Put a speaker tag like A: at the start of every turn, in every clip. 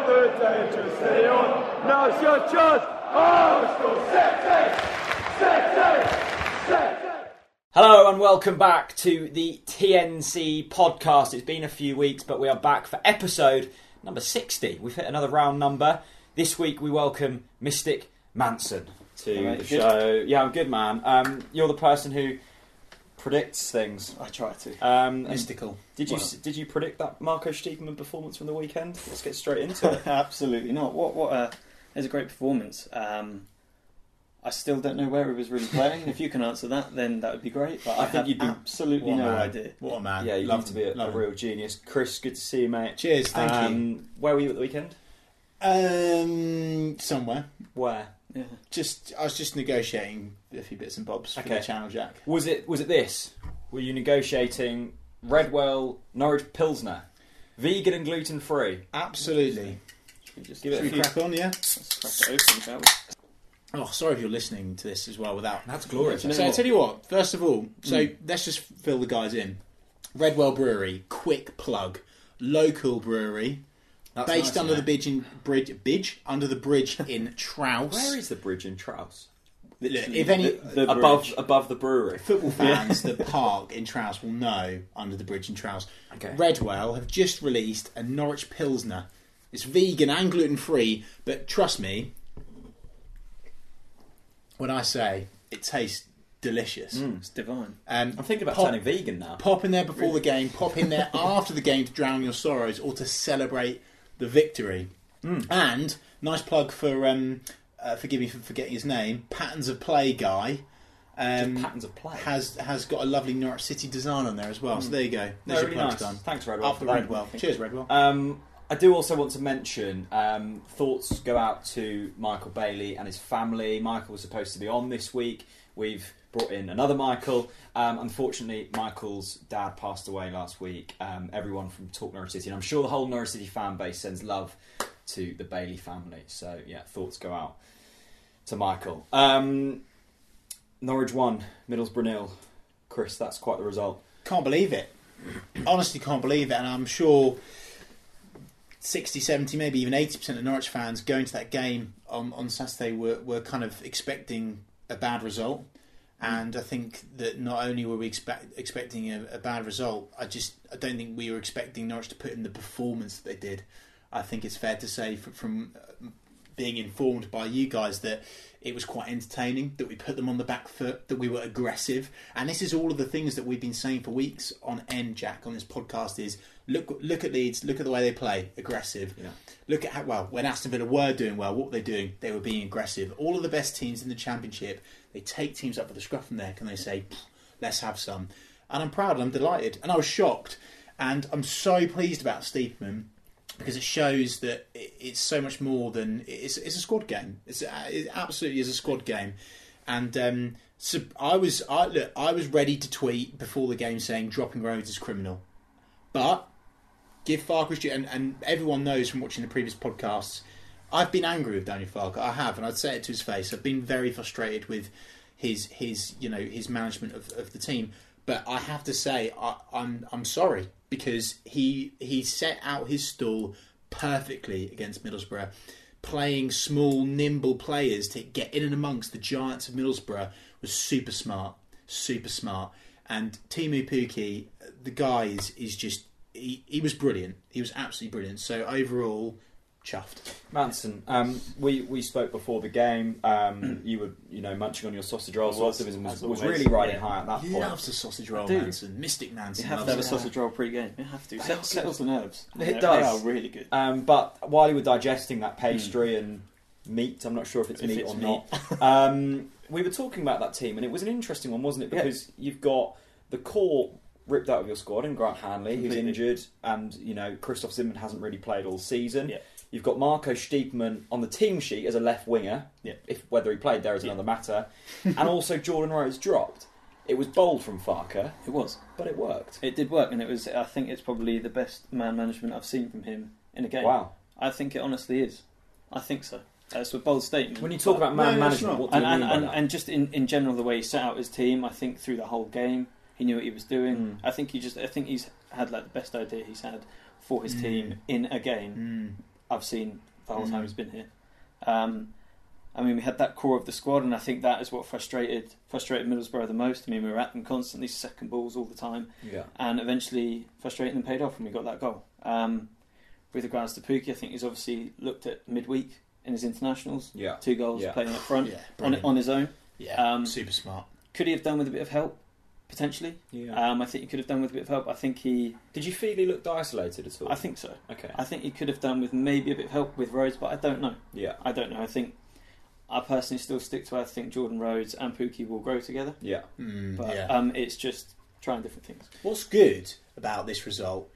A: Przecież Syjon nasza czas, aż to sexy, sexy, sexy.
B: Hello and welcome back to the TNC podcast. It's been a few weeks, but we are back for episode number 60. We've hit another round number. This week we welcome Mystic Manson to
C: Hello,
B: the
C: you good?
B: show. Yeah, I'm good, man. Um, you're the person who predicts things.
C: I try to.
B: Um, and
C: Mystical.
B: did you
C: Well-
B: did you predict that Marco Stiegemann performance from the weekend? Let's get straight into it.
C: Absolutely not. What? What? A, it was a great performance. Um, I still don't know where he was really playing. if you can answer that, then that would be great. But I,
B: I think
C: have
B: you'd be-
C: absolutely
D: What a
C: no
D: man.
C: idea.
D: What a man.
B: yeah, you
D: love
B: love to be a, a
D: love him.
B: real genius. Chris, good to see you, mate.
D: Cheers, thank you.
B: um, Where were you at the weekend?
D: Um, somewhere.
B: Where
C: Yeah.
D: Just I was just negotiating a few bits and bobs for
B: Okay.
D: the channel jack.
B: Was it was it this? Were you negotiating Redwell Norwich Pilsner, vegan and gluten free?
D: Absolutely.
C: Should we just
B: Give it
D: Should we crack on, yeah?
C: let's crack it open, shall we?
D: Oh, sorry if you're listening to this as well without.
B: That's glorious. Mm.
D: So I tell you what. First of all, so let's just fill the guys in. Redwell Brewery, quick plug, local brewery, based under the bridge in bridge, bridge under the bridge in Trouse.
B: Where is the bridge in Trouse?
D: Look, if any
C: The
B: above
C: bridge.
B: above the brewery.
D: football fans, the park in Trouse will know under the bridge in Trouse.
B: Okay.
D: Redwell have just released a Norwich Pilsner. It's vegan and gluten free, but trust me, when I say it tastes delicious.
C: It's divine.
D: Um,
B: I'm thinking about
D: pop,
B: turning vegan now.
D: Pop in there before the game, pop in there after the game to drown your sorrows or to celebrate the victory. And nice plug for, um, uh, forgive me for forgetting his name, Patterns of Play guy. Um,
B: Patterns of play.
D: has has got a lovely Norwich City design on there as well. So there you go.
B: No,
D: There's your
B: really
D: plug
B: Mm. nice.
D: done.
B: Thanks, Redwell.
D: After
B: for that.
D: Redwell. Cheers, Redwell.
B: Um, I do also want to mention um, thoughts go out to Michael Bailey and his family. Michael was supposed to be on this week. We've brought in another Michael. Um, unfortunately, Michael's dad passed away last week. Um, everyone from Talk Norwich City, and I'm sure the whole Norwich City fan base sends love to the Bailey family. So, yeah, thoughts go out to Michael. Um, Norwich won, Middlesbrough nil. Chris, that's quite the result.
D: can't believe it. Honestly, can't believe it. And I'm sure 60, 70, maybe even 80% of Norwich fans going to that game on, on Saturday were, were kind of expecting a bad result. And I think that not only were we expect, expecting a, a bad result, I just I don't think we were expecting Norwich to put in the performance that they did. I think it's fair to say from, from uh, being informed by you guys that it was quite entertaining, that we put them on the back foot, that we were aggressive. And this is all of the things that we've been saying for weeks on end, Jack, on this podcast is look look at Leeds, look at the way they play, aggressive.
B: Yeah.
D: Look at how well when Aston Villa were doing well, what were they doing? They were being aggressive. All of the best teams in the championship, they take teams up with a scruff from there, and they say, "Pff, let's have some. And I'm proud, and I'm delighted. And I was shocked. And I'm so pleased about Steepman because it shows that it- it's so much more than it's, it's a squad game. It's uh, it absolutely is a squad game, and um, so I was I look I was ready to tweet before the game saying dropping Rhodes is criminal, but give Farkas and, and everyone knows from watching the previous podcasts, I've been angry with Daniel Farkas. I have, and I'd say it to his face. I've been very frustrated with his his you know his management of, of the team. But I have to say I, I'm I'm sorry because he he set out his stall perfectly against Middlesbrough, playing small nimble players to get in and amongst the giants of Middlesbrough was super smart, super smart. And Timu Puki, the guy is, is just he, he was brilliant. He was absolutely brilliant. So overall, chuffed.
B: Manson, um, we, we spoke before the game. Um, you were you know munching on your sausage roll.
C: Mm. was,
B: Optimism was,
C: as
B: was
C: always.
B: really riding high at that
D: He
B: point.
D: loves a sausage roll,
C: do.
D: Manson. Mystic Manson.
C: You have to
D: loves
C: have a
D: it.
C: sausage roll pre-game. You have to. Set, settles the nerves.
B: It
C: They-
B: does.
C: They are really good.
B: Um, but while you were digesting that pastry and meat, I'm not sure if it's
C: Hmm. If
B: meat
C: it's
B: or
C: meat.
B: not. um, we were talking about that team, and it was an interesting one, wasn't it?
C: Yeah.
B: Because you've got the core ripped out of your squad, and Grant Hanley, who's
C: Completely.
B: injured, and you know Christoph Zimmerman hasn't really played all season.
C: Yeah.
B: You've got Marco Stiepman on the team sheet as a left winger.
C: Yeah.
B: If whether he played there is another matter, and also Jordan Rose dropped. It was bold from Farker,
C: It was.
B: but it worked.
C: It did work, and it was. I think it's probably the best man management I've seen from him in a game.
B: Wow.
C: I think it honestly is. I think so. That's a bold statement.
B: When you talk about man
D: No, no, it's
B: management,
D: not.
B: what do
C: and
B: you
C: and,
B: mean by
C: and,
B: that?
C: and just in, in general the way he set out his team, I think through the whole game he knew what he was doing.
B: Mm.
C: I think he just
B: Hmm.
C: I think he's had like the best idea he's had for his
D: Mm.
C: team in a game
D: Mm.
C: I've seen the whole
D: Mm.
B: Hmm.
C: time he's been here. Um, I mean, we had that core of the squad, and I think that is what frustrated frustrated Middlesbrough the most. I mean, we were at them constantly, second balls all the time
B: Yeah.
C: and eventually frustrating them paid off and we got that goal. Um, with regards to Pookie, I think he's obviously looked at midweek in his internationals,
B: Yeah.
C: two goals
B: Yeah.
C: playing up front
D: Yeah,
C: on,
D: brilliant.
C: on his own.
D: yeah,
C: um,
D: super smart.
C: Could he have done with a bit of help potentially?
B: Yeah.
C: Um, I think he could have done with a bit of help. I think he,
B: Did you feel he looked isolated at all?
C: I think so.
B: okay.
C: I think he could have done with maybe a bit of help with Rhodes, but I don't know.
B: yeah.
C: I don't know. I think I personally still stick to. I think Jordan Rhodes and Pookie will grow together,
B: Yeah.
D: Mm,
C: but
D: yeah.
C: um, it's just trying different things.
D: What's good about this result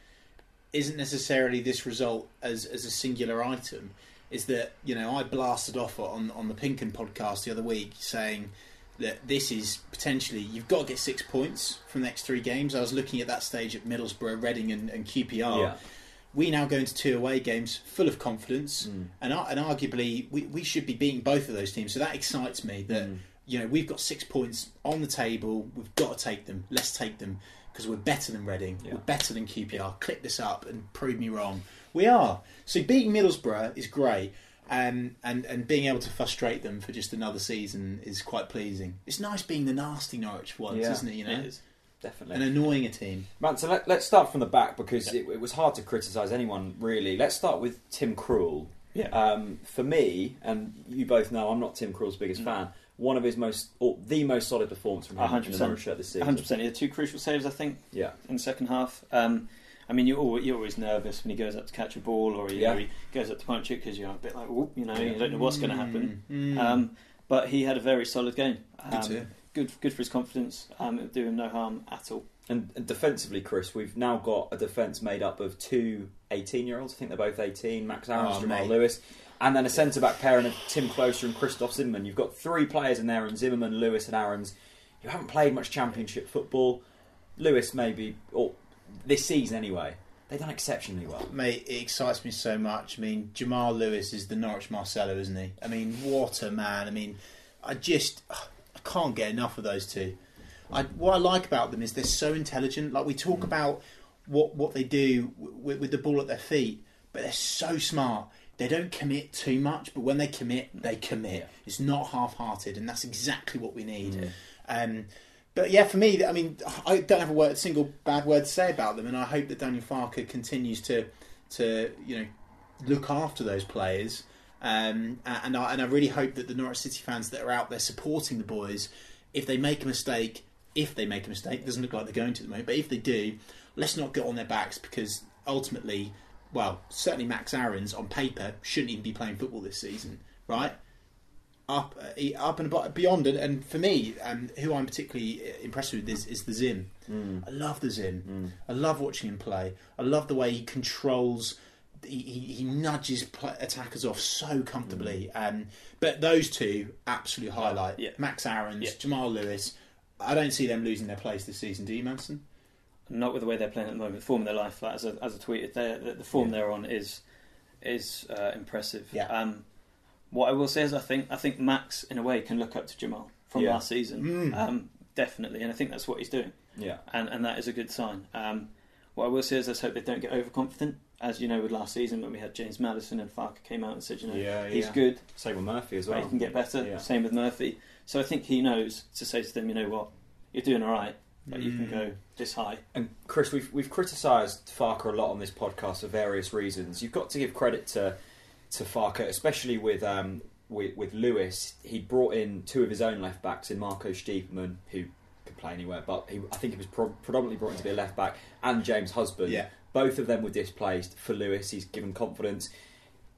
D: isn't necessarily this result as, as a singular item. Is that you know I blasted off on on the Pinken podcast the other week saying that this is potentially you've got to get six points from the next three games. I was looking at that stage at Middlesbrough, Reading, and, and QPR.
B: Yeah.
D: We now go into two away games full of confidence,
B: Mm.
D: and ar- and arguably we, we should be beating both of those teams. So that excites me that
B: Mm.
D: you know we've got six points on the table. We've got to take them. Let's take them because we're better than Reading.
B: Yeah.
D: We're better than QPR. Click this up and prove me wrong. We are. So beating Middlesbrough is great. Um, and and being able to frustrate them for just another season is quite pleasing. It's nice being the nasty Norwich ones,
B: Yeah,
D: isn't it? You know,
C: it is.
B: Definitely.
D: and annoying a team.
B: Man, so let, let's start from the back because it, it was hard to criticise anyone really. Let's start with Tim Krul.
C: Yeah.
D: Uh,
B: Um, for me, and you both know, I'm not Tim Krul's biggest
C: Mm.
B: fan. One of his most, or the most solid performance from him in the
C: 100%.
B: Norwich shirt this season.
C: Hundred percent. He had two crucial saves, I think.
B: Yeah.
C: in the second half. Um, I mean, you're always, you're always nervous when he goes up to catch a ball or he,
B: Yeah.
C: or he goes up to punch it because you're a bit like, Whoop, you know,
B: Yeah.
C: you don't know what's going to happen.
D: Mm, mm.
C: Um, but he had a very solid game. Um,
D: Good to hear.
C: Good, good for his confidence. Um, it would do him no harm at all.
B: And, and defensively, Chris, we've now got a defence made up of two 18 year olds. I think they're both 18 Max Aaron's,
D: Oh,
B: Jamal
D: mate.
B: Lewis. And then a centre back pairing of Tim Closer and Christoph Zimmerman. You've got three players in there in Zimmerman, Lewis, and Aaron's who haven't played much championship football. Lewis, maybe, or this season anyway. They've done exceptionally well.
D: Mate, it excites me so much. I mean, Jamal Lewis is the Norwich Marcelo, isn't he? I mean, what a man. I mean, I just I can't get enough of those two. I, what I like about them is they're so intelligent. Like we talk about what what they do with, with the ball at their feet, but they're so smart. They don't commit too much, but when they commit, they commit.
B: Yeah.
D: It's not half-hearted, and that's exactly what we need. Um, but yeah, for me, I mean, I don't have a word, single bad word to say about them, and I hope that Daniel Farker continues to, to you know, look after those players. Um, a- and I and I really hope that the Norwich City fans that are out there supporting the boys, if they make a mistake, if they make a mistake, doesn't look like they're going to at the moment, but if they do, let's not get on their backs because ultimately, well, certainly Max Aaron's on paper shouldn't even be playing football this season, right? up uh, he- up and abo- beyond and, and for me um, who I'm particularly uh, impressed with is, is the Zim
C: Mm.
D: I love the Zim I love watching him play I love the way he controls he, he, he nudges pl- attackers off so comfortably um, but those two absolute highlight
C: Mm. Yeah.
D: Max Aaron's
C: Yeah.
D: Jamal Lewis I don't see them losing their place this season do you Manson?
C: Not with the way they're playing at the moment. The form of their life, like, as, I, as I tweeted, they're- the, the form they're on is is uh, impressive.
D: Yeah.
C: Um, what I will say is, I think I think Max, in a way, can look up to Jamal from
B: Yeah.
C: last season. Um, definitely, and I think that's what he's doing.
B: Yeah.
C: and, and that is a good sign. Um, what I will say is, let's hope they don't get overconfident. As you know, with last season when we had James Madison and Farker came out and said, you know,
B: Yeah,
C: he's
B: yeah.
C: good,
B: Same with Murphy as
C: but
B: well.
C: he can get better.
B: Yeah.
C: Same with Murphy. So I think he knows to say to them, you know what, you're doing all right, but you can
D: Mm.
C: go this high.
B: And Chris, we've we've criticised Farker a lot on this podcast for various reasons. You've got to give credit to to Farker, especially with um with, with Lewis. He brought in two of his own left backs in Marco Stiepman, who could play anywhere, but he, I think he was pro- predominantly brought in to be a left back, and James Husband.
D: Yeah.
B: Both of them were displaced for Lewis. He's given confidence.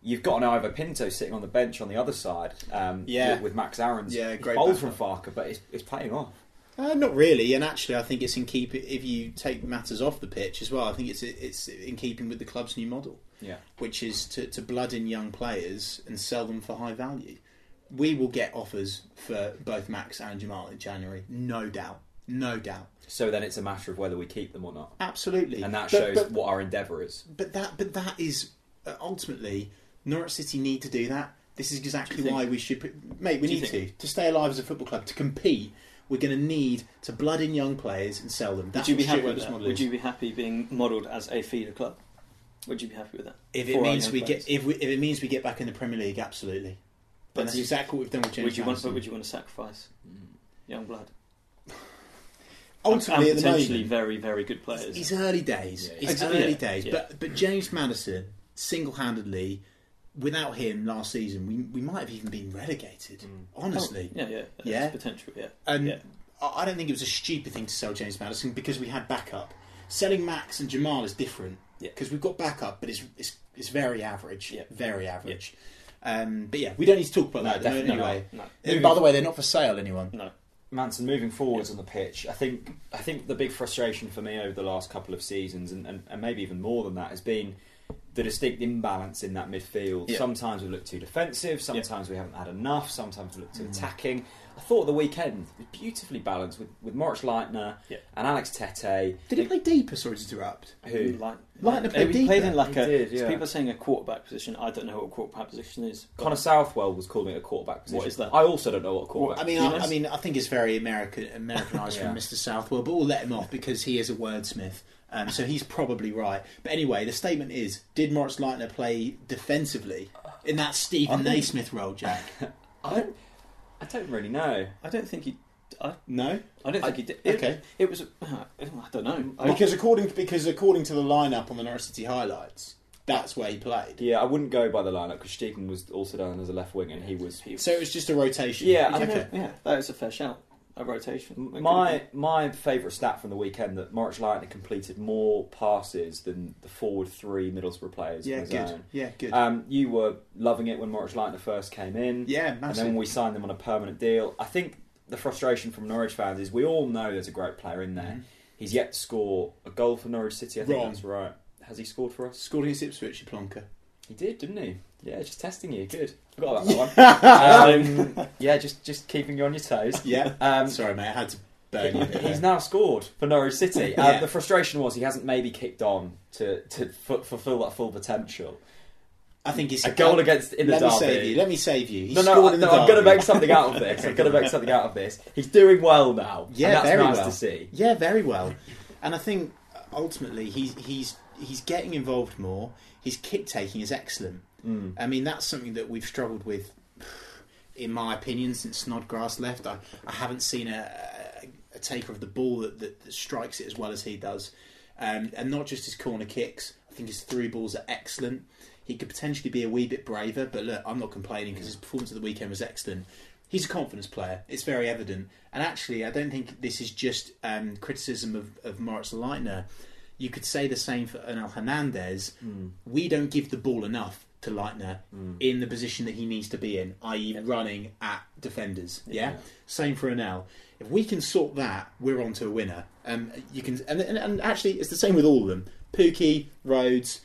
B: You've got an Ivo Pinto sitting on the bench on the other side, um,
D: Yeah.
B: with, with Max Aaron's.
D: Yeah,
B: It's
D: great
B: bold from Farker, but it's, it's paying off.
D: Uh, not really, and actually, I think it's in keep if you take matters off the pitch as well. I think it's it's in keeping with the club's new model.
B: Yeah.
D: which is to, to blood in young players and sell them for high value. We will get offers for both Max and Jamal in January, no doubt, no doubt,
B: So then it's a matter of whether we keep them or not.
D: absolutely.
B: and that
D: But-
B: shows
D: but-
B: what our endeavour is.
D: but that but that is uh, ultimately Norwich City need to do that. This is exactly
C: think-
D: why we should, put- mate. We
C: Do you
D: need to
C: think-
D: to stay alive as a football club to compete. We're going to need to blood in young players and sell them.
C: Would
D: That's
C: you be
D: what
C: happy?
D: Stuart
C: With
D: Webber's
C: that?
D: model
C: Would
D: is.
C: you be happy being modelled as a feeder club? Would you be happy with that?
D: If it
C: Four
D: means
C: unknown
D: we
C: players.
D: get if, we, if it means we get back in the Premier League, absolutely.
C: But
D: But that's
C: you-
D: exactly what we've done with James.
C: would you want?
D: Madison.
C: But would you want to sacrifice young blood?
D: Ultimately,
C: and
D: at the moment,
C: potentially very, very good players.
D: It's early days.
B: Yeah, yeah.
D: It's
C: Exactly,
D: early
C: yeah,
D: days.
C: yeah.
D: But but James Madison single handedly, without him last season, we we might have even been relegated. Honestly,
C: Mm. Oh, yeah, yeah, that's
D: Yeah.
C: potential. Yeah,
D: and
C: yeah.
D: I I don't think it was a stupid thing to sell James Madison because we had backup. Selling Max and Jamal is different
C: Yeah.
D: because we've got backup, but it's it's, it's very average.
C: Yeah.
D: Very average. Um, but yeah, we don't need to talk about that. at the moment
C: definitely
D: anyway.
C: not. No.
D: And by the way, they're not for sale. Anyone?
C: No,
B: Manson moving forwards on the pitch, I think I think the big frustration for me over the last couple of seasons, and, and, and maybe even more than that, has been the distinct imbalance in that midfield.
C: Yeah.
B: Sometimes we look too defensive, sometimes we haven't had enough, sometimes we look too attacking. I thought the weekend was beautifully balanced with, with Moritz Leitner
C: Yeah.
B: and Alex Tete.
D: Did he play deeper? Sorry to interrupt.
B: Who?
C: Like,
D: Like the
C: Uh, we
D: Pedita.
C: Uh, played in like
B: He
C: a.
B: did,
C: so
B: yeah.
C: people are saying a quarterback position. I don't know what a quarterback position is.
B: Connor Southwell was calling it a quarterback position.
C: is that?
B: I also don't know what a quarterback
D: I mean,
B: position
D: I,
B: is.
D: I mean, I think it's very American, Americanized
B: Yeah.
D: from Mr. Southwell, but we'll let him off because he is a wordsmith, um, so he's probably right. But anyway, the statement is: Did Moritz Leitner play defensively in that Stephen Naismith role, Jack?
B: I don't, I don't really know.
C: I don't think he. I,
D: No,
C: I don't think he did. It,
D: okay.
C: It was. Uh, I don't know. I,
D: because according because according to the lineup on the Norwich City highlights, that's where he played.
B: Yeah, I wouldn't go by the lineup because Stegen was also down as a left wing, and he was
C: he-
D: So it was just a rotation.
B: Yeah, I
C: I don't
D: okay.
C: know. Yeah, that is a fair shout. A rotation.
B: My my favourite stat from the weekend that March Lightning completed more passes than the forward three Middlesbrough players. on
D: yeah,
B: his
D: good.
B: own.
D: Yeah, good.
B: Um, you were loving it when March Lightner first came in.
D: yeah,
B: and
D: massive.
B: then when we signed them on a permanent deal. I think the frustration from Norwich fans is we all know there's a great player in there. He's yet to score a goal for Norwich City. I think
D: Mm-hmm. Wrong.
B: that's right. Has he scored for us?
D: Scored against Ipswich, Plonker.
B: He did, didn't he? Yeah, just testing you. Good. Forgot about that one. um, yeah, just just keeping you on your toes.
D: Yeah.
B: Um,
D: Sorry, mate, I had to burn you. a bit
B: He's
D: there.
B: now scored for Norwich City. Uh,
D: Yeah.
B: The frustration was he hasn't maybe kicked on to to f- fulfil that full potential.
D: I think he's
B: A goal against in the
D: Let me
B: derby.
D: save you. Let me save you. He
B: no, no,
D: scored
B: I-
D: in the
B: no I'm going to
D: derby.
B: make something out of this. I'm going to make something out of this. He's doing well now.
D: Yeah,
B: and that's
D: very
B: nice
D: well.
B: to see.
D: Yeah, very well. And I think uh, ultimately he's he's he's getting involved more. His kick taking is excellent.
B: Mm.
D: I mean, that's something that we've struggled with, in my opinion, since Snodgrass left. I, I haven't seen a, a, a taker of the ball that, that, that strikes it as well as he does. Um, and not just his corner kicks. I think his through balls are excellent. He could potentially be a wee bit braver, but look, I'm not complaining because his performance of the weekend was excellent. He's a confidence player. It's very evident. And actually, I don't think this is just um, criticism of, of Moritz Leitner. You could say the same for Ernal Hernandez. We don't give the ball enough to Leitner in the position that he needs to be in, i.e., running at defenders. Yeah? Same for Ernal. If we can sort that, we're on to a winner. Um, you can, and, and, and actually, it's the same with all of them. Pookie, Rhodes.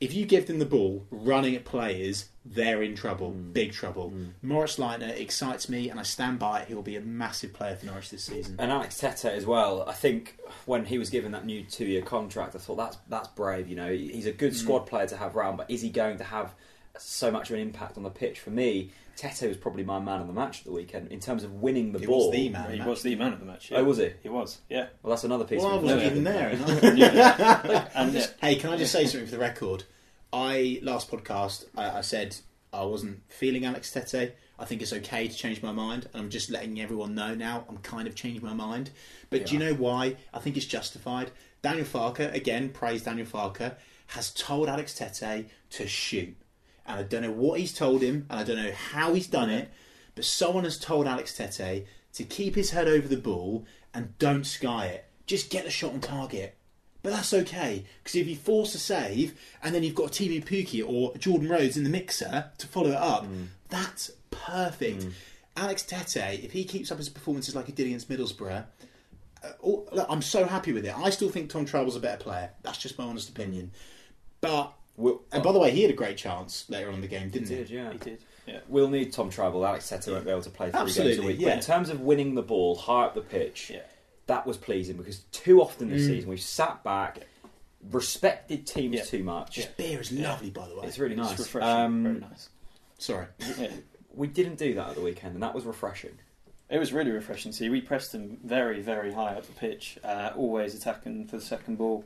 D: If you give them the ball running at players, they're in trouble, big trouble. Moritz Leitner excites me, and I stand by it. He'll be a massive player for Norwich this season.
B: And Alex Tete as well. I think when he was given that new two-year contract, I thought that's that's brave. You know, he's a
D: Mm.
B: good squad player to have round, but is he going to have so much of an impact on the pitch? For me, Tete was probably my man of the match at the weekend in terms of winning the
D: He was
B: ball.
D: the man.
C: He was the man of the match. Yeah.
B: Oh, was he?
C: He was. Yeah.
B: Well, that's another piece.
D: Well, I
B: of
D: wasn't
B: information.
D: even there. and I-
C: And yeah,
D: Hey, can I just say something for the record? I last podcast I, I said I wasn't feeling Alex Tete. I think it's okay to change my mind, and I'm just letting everyone know now. I'm kind of changed my mind, but do you know why? I think it's justified. Daniel Farker again, praise Daniel Farker, has told Alex Tete to shoot, and I don't know what he's told him, and I don't know how he's done it, but someone has told Alex Tete to keep his head over the ball and don't sky it. Just get the shot on target. But that's okay because if you force a save and then you've got Timu Puki or Jordan Rhodes in the mixer to follow it up, that's perfect. Alex Tete, if he keeps up his performances like he did against Middlesbrough, uh, all- look, I'm so happy with it. I still think Tom Travel's a better player. That's just my honest opinion. But
B: Well-
D: and by the way, he had a great chance later on in the game, didn't he?
B: Did, yeah.
C: he did. Yeah.
B: We'll need Tom Travel. Alex Tete won't be able to play three games
D: Absolutely,
B: a week. But
D: yeah.
B: in terms of winning the ball high up the pitch,
C: Yeah.
B: that was pleasing because too often this season we've sat back, respected teams
C: Yeah.
B: too much.
D: His beer is lovely, by the way.
B: It's really nice.
C: It's refreshing.
B: Um,
C: Very nice.
D: Sorry.
C: Yeah.
B: We didn't do that at the weekend, and that was refreshing.
C: It was really refreshing. to See, we pressed them very, very high up the pitch, uh, always attacking for the second ball.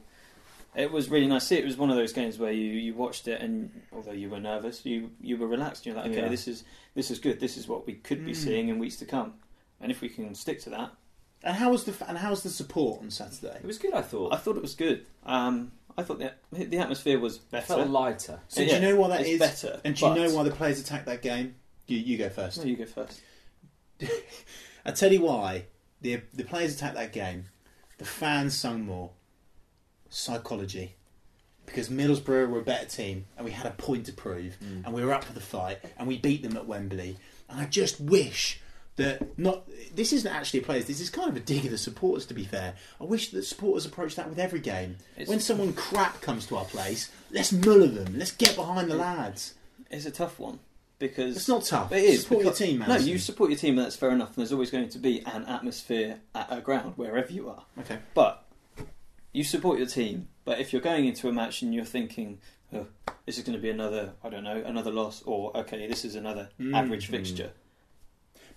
C: It was really nice. to see. It was one of those games where you, you watched it, and although you were nervous, you, you were relaxed. You're like, okay,
B: Yeah.
C: this is this is good. This is what we could be seeing in weeks to come, and if we can stick to that,
D: And how was the and how was the support on Saturday?
B: It was good, I thought.
C: I thought it was good. Um, I thought the the atmosphere was
B: I felt
C: better.
B: lighter.
D: So
C: Yeah,
D: do you know why that
C: it's
D: is?
C: better,
D: and do you
C: but-
D: know why the players attacked that game? You, you go first.
C: No, you go first.
D: I tell you why the the players attacked that game. The fans sung more. Psychology, because Middlesbrough were a better team, and we had a point to prove,
C: Mm.
D: and we were up for the fight, and we beat them at Wembley. And I just wish that not this isn't actually a players. This is kind of a dig at the supporters. To be fair, I wish that supporters approach that with every game.
C: It's-
D: when someone crap comes to our place, let's muller them. Let's get behind the lads.
C: It's a tough one because
D: It's not tough.
C: It is
D: Support
C: because-
D: your team, man.
C: No, you support your team. and That's fair enough. And there's always going to be an atmosphere at a ground wherever you are.
D: okay.
C: But you support your team. But if you're going into a match and you're thinking, oh, this is going to be another, I don't know, another loss, or okay, this is another average fixture.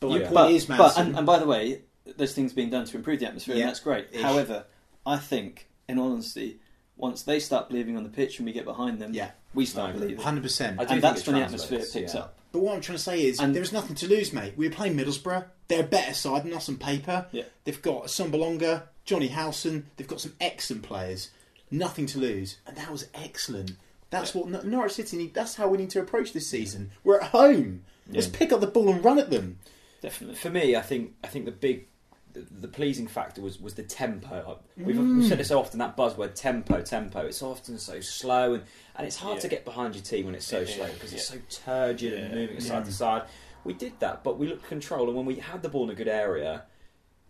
D: But my
C: You-
D: Hmm. point
C: but,
D: is, man.
C: but and, and by the way, there's things being done to improve the atmosphere,
D: Yeah.
C: and that's great.
D: Ish.
C: However, I think, in all honesty, once they start believing on the pitch and we get behind them,
D: Yeah.
C: we start
B: No,
C: believing.
D: hundred percent.
B: I do
C: and
B: think
C: that's
B: it
C: when the
B: translates,
C: atmosphere picks
B: yeah.
C: up.
D: But what I'm trying to say is,
C: And-
D: there is nothing to lose, mate. We're playing Middlesbrough. They're a better side than us on paper.
C: Yeah.
D: They've got Sombalonga, Johnny Howson. They've got some excellent players. Nothing to lose, and that was excellent. That's what Nor- Norwich City need. That's how we need to approach this season. We're at home. Let's pick up the ball and run at them.
C: Definitely.
B: for me, I think I think the big the, the pleasing factor was was the tempo. We've, we've said it so often that buzzword tempo, tempo. It's often so slow and, and it's hard
C: Yeah.
B: to get behind your team when it's so
C: It is,
B: slow because it's so turgid and
C: Yeah.
B: moving side to side. We did that, but we looked control and when we had the ball in a good area,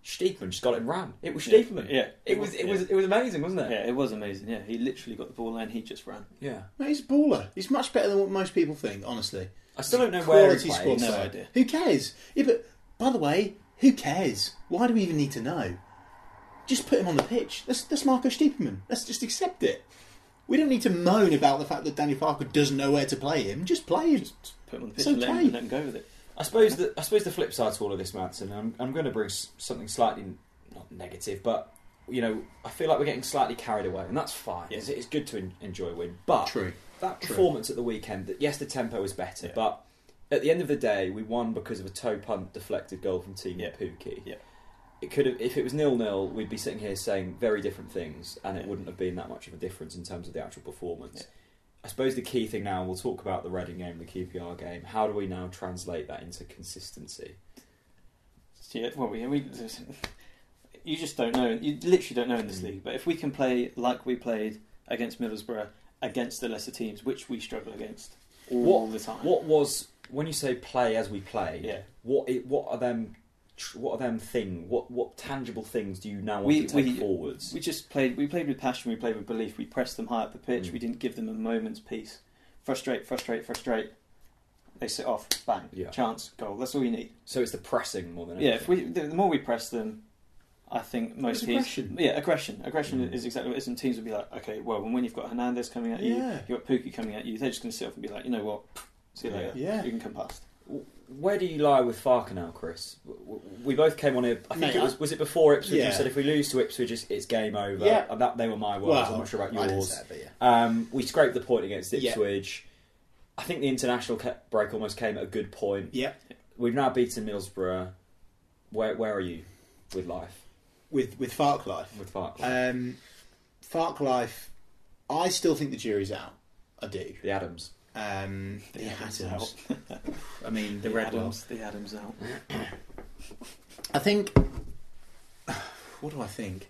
B: Steepman just got it and ran. It was
C: Yeah.
B: Steepman.
C: Yeah.
B: it was it
C: Yeah.
B: was it was amazing, wasn't it?
C: Yeah, it was amazing. Yeah, he literally got the ball and he just ran.
B: Yeah.
D: Mate, he's a baller. He's much better than what most people think. Honestly,
B: I still don't know where
D: Quality
B: he
D: squad
B: plays.
C: No
D: player.
C: idea.
D: Who cares? Yeah, but by the way, who cares? Why do we even need to know? Just put him on the pitch. That's, that's Marco Stieperman. Let's just accept it. We don't need to moan about the fact that Danny Parker doesn't know where to play him. Just play him.
C: Put him on the
D: It's
C: pitch and, let him,
D: okay.
C: and let him go with it.
B: I suppose the I suppose the flip side to all of this, Manson, and I'm, I'm going to bring s- something slightly not negative, but you know, I feel like we're getting slightly carried away, and that's fine.
C: Yeah.
B: It's, it's good to en- enjoy a win, but
D: True.
B: that
D: True.
B: performance at the weekend. That yes, the tempo was better,
C: Yeah.
B: but at the end of the day, we won because of a toe punt deflected goal from Team
C: Yeah.
B: Pookie.
C: Yeah.
B: It could have, if it was nil nil, we'd be sitting here saying very different things, and it
C: Yeah.
B: wouldn't have been that much of a difference in terms of the actual performance.
C: Yeah.
B: I suppose the key thing now, and we'll talk about the Reading game, the QPR game. How do we now translate that into consistency?
C: So, yeah, well, we, we, you just don't know. You literally don't know in this
B: Mm.
C: league. But if we can play like we played against Middlesbrough, against the lesser teams, which we struggle against all the time.
B: What was when you say play as we play?
C: Yeah.
B: What i- what are them? tr- What are them thing? What what tangible things do you now want
C: We-
B: to take
C: we-
B: forwards?
C: We just played. We played with passion. We played with belief. We pressed them high up the pitch.
B: Mm.
C: We didn't give them a moment's peace. Frustrate, frustrate, frustrate. They sit off. Bang.
B: Yeah.
C: Chance. Goal. That's all you need.
B: so it's the pressing more than
C: Yeah,
B: anything.
C: if we the, the more we press them, I think most
D: It's
C: teams.
D: aggression.
C: Yeah, aggression. Aggression
B: Mm.
C: is exactly what it is, and teams would be like, okay, well, when you've got Hernandez coming at you,
D: Yeah.
C: you've got Pookie coming at you, they're just going to sit off and be like, you know what, see you
B: Yeah.
C: later.
D: Yeah.
C: you can come past.
B: Where do you lie with Farker now, Chris? W- w- We both came on here. I think
D: Mate,
B: it was was it before Ipswich?
D: Yeah.
B: You said if we lose to Ipswich, it's, it's game over.
D: Yeah.
B: and that they were my words. I'm not sure about
D: I didn't
B: yours.
D: say that, but yeah.
B: Um, we scraped the point against
D: Yeah.
B: Ipswich. I think the international ca- break almost came at a good point.
D: Yeah.
B: We've now beaten Middlesbrough. Where where are you with life
D: With with Fark Life.
B: with Fark?
D: Um, Fark Life. I still think the jury's out. I do.
B: the Adams.
D: Um, the
C: Adams
D: Adams. I mean, the,
C: The
D: red one.
C: Adams, the Adams out.
D: I think. What do I think?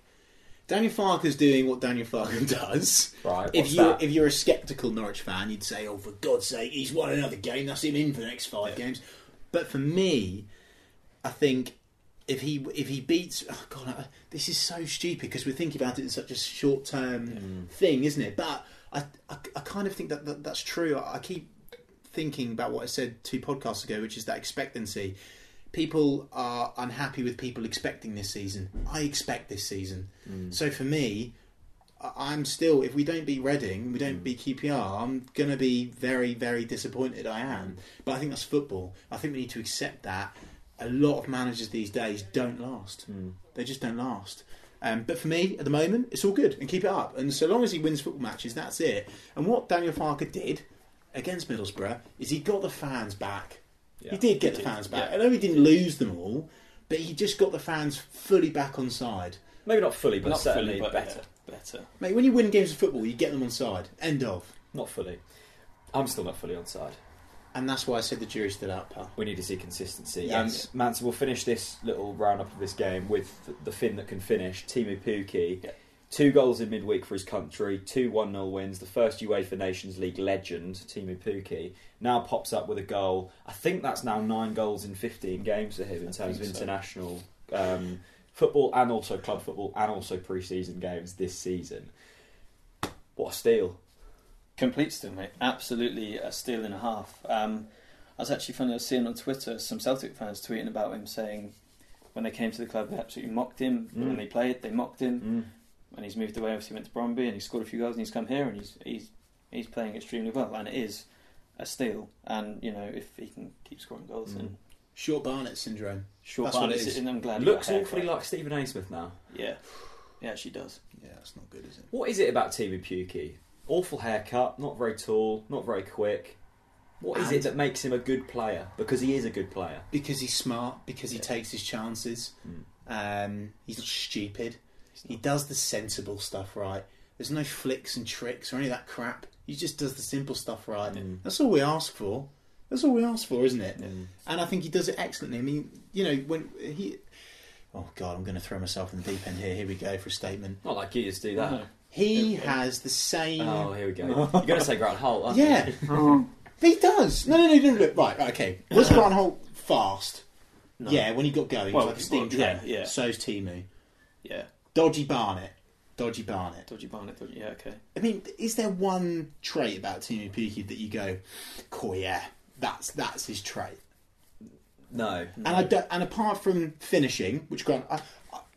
D: Daniel Farker's doing what Daniel Farker does.
B: Right,
D: If
B: what's
D: you
B: that?
D: if you're a sceptical Norwich fan, you'd say, "Oh, for God's sake, he's won another game. That's him in for the next five games." But for me, I think if he if he beats, oh God, I- this is so stupid because we're thinking about it in such a short term
B: Hmm.
D: thing, isn't it? But I, I I kind of think that, that that's true. I, I keep thinking about what I said two podcasts ago, which is that expectancy. People are unhappy with people expecting this season. I expect this season. So for me, I- I'm still, if we don't beat Reading, we don't beat QPR, I'm going to be very, very disappointed. I am. But I think that's football. I think we need to Mm. accept that a lot of managers these days don't last. They just don't last. Um, but for me, at the moment, it's all good and keep it up. And so long as he wins football matches, that's it. And what Daniel Farker did against Middlesbrough is he got the fans back. He did get the fans back. I know he didn't lose them all, but he just got the fans fully back on side.
B: Maybe not fully, but
C: Not
B: certainly
C: fully, but
B: better.
C: yeah, better.
D: Mate, when you win games of football, you get them on side. End of.
B: Not fully. I'm still not fully on side.
D: And that's why I said the jury's still out, pal.
B: We need to see consistency.
D: Yes.
B: Um, Manson, we'll finish this little roundup of this game with the Finn that can finish, Timu Puki.
C: Yeah.
B: Two goals in midweek for his country, two 1 0 wins. The first UEFA Nations League legend, Timu Puki, now pops up with a goal. I think that's now nine goals in 15 games for him in terms of
C: think so.
B: international um, football and also club football and also pre season games this season. What a steal.
C: Complete still, mate. Absolutely a steal and a half. Um, I was actually funny. I was seeing on Twitter some Celtic fans tweeting about him, saying when they came to the club, they absolutely mocked him.
B: Mm.
C: When they played, they mocked him.
B: Mm.
C: And he's moved away. Obviously, went to Bromby and he scored a few goals. And he's come here and he's he's he's playing extremely well. And it is a steal. And you know, if he can keep scoring goals,
B: Mm.
C: and
D: Short Barnett syndrome.
C: short
D: That's what
C: Barnett
D: it is.
C: sitting, I'm glad. he
B: Looks
C: got a
B: awfully
C: haircut.
B: like Stephen A. Smith now.
C: yeah, yeah, she does.
D: Yeah, that's not good, is it?
B: What is it about Timu Puki? Awful haircut, not very tall, not very quick. What is
D: And-
B: it that makes him a good player? Because he is a good player.
D: Because he's smart, because he
B: Yeah.
D: takes his chances,
B: Mm.
D: um, he's not stupid,
C: Hmm. He's
D: he does the sensible stuff right. There's no flicks and tricks or any of that crap. He just does the simple stuff right.
C: Hmm.
B: Mm.
D: That's all we ask for. That's all we ask for, isn't it?
B: Mm.
D: And I think he does it excellently. I mean, you know, when he. Oh, God, I'm going to throw myself in the deep end here. Here we go for a statement.
B: Not like you just do that.
C: No.
D: He
C: Yeah.
D: has the same.
B: Oh, here we go. You're going to say Grant Holt, aren't
D: Yeah,
B: you?
D: he does. No, no, no, no, no. Right, right, okay. Was Granholm fast?
C: No.
D: Yeah, when he got going,
C: Well,
D: he was like a steam
C: well,
D: train.
C: yeah, yeah.
D: So's Timu.
C: Yeah,
D: Dodgy Barnett. Dodgy Barnett.
C: dodgy Barnett. Dodgy. Yeah, okay.
D: I mean, is there one trait about Timu Puki that you go, cool, yeah, that's that's his trait?
B: No.
D: And I don't, and apart from finishing, which Grant, I,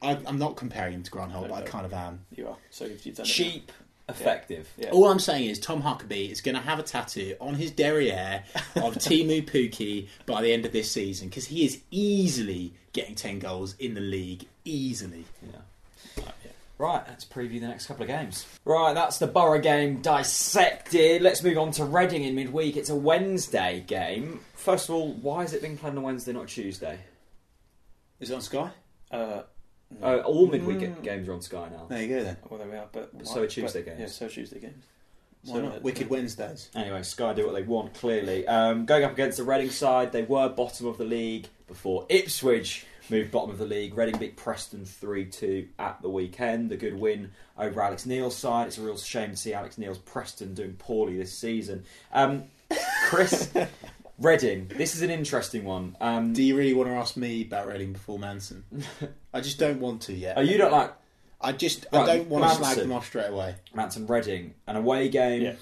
D: I, I'm not comparing him to Granholm, but I kind of am.
C: You are. So you've you've done it.
B: Cheap, effective.
C: Yeah.
D: All I'm saying is Tom Huckabee is going to have a tattoo on his derriere of Timu Puki by the end of this season because he is easily getting 10 goals in the league. Easily.
B: Yeah. Right, let's preview the next couple of games. Right, that's the Borough game dissected. Let's move on to Reading in midweek. It's a Wednesday game. First of all, why is it being played on a Wednesday, not Tuesday?
D: Is it on Sky?
C: Uh, no.
B: Oh, all midweek games are on Sky now.
D: There you go then.
C: Well, there we are. But
B: So are Tuesday games.
C: Yeah, so are Tuesday games.
D: Why
C: So,
D: not?
C: uh,
D: Wicked Wednesdays.
B: Anyway, Sky do what they want, clearly. Um, going up against the Reading side, they were bottom of the league before Ipswich moved bottom of the league. Reading beat Preston 3 2 at the weekend. A good win over Alex Neil's side. It's a real shame to see Alex Neil's Preston doing poorly this season. Um, Chris, Reading, this is an interesting one. Um,
D: Do you really want to ask me about Reading before Manson? I just don't want to yet.
B: oh, you don't like
D: I just I
B: Right,
D: don't want
B: Manson.
D: to slag them off straight away.
B: Manson Reading, an away game.
C: Yeah.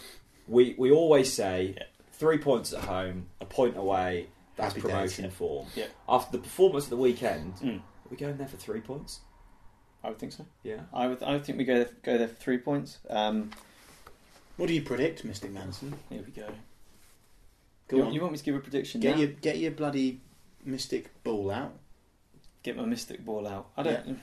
B: We we always say
C: Yeah.
B: three points at home, a point away. That's
D: Happy days,
B: promotion
D: yeah.
B: form.
C: Yeah.
B: After the performance of the weekend,
C: Mm.
B: are we going there for three points?
C: I would think so.
B: Yeah.
C: I would. I would think we go go there for three points. Um,
D: What do you predict, Mr. Manson?
C: here we go.
D: Go
C: you,
D: on.
C: you want me to give a prediction?
D: get
C: now?
D: your get your bloody mystic ball out.
C: Get my mystic ball out. I don't.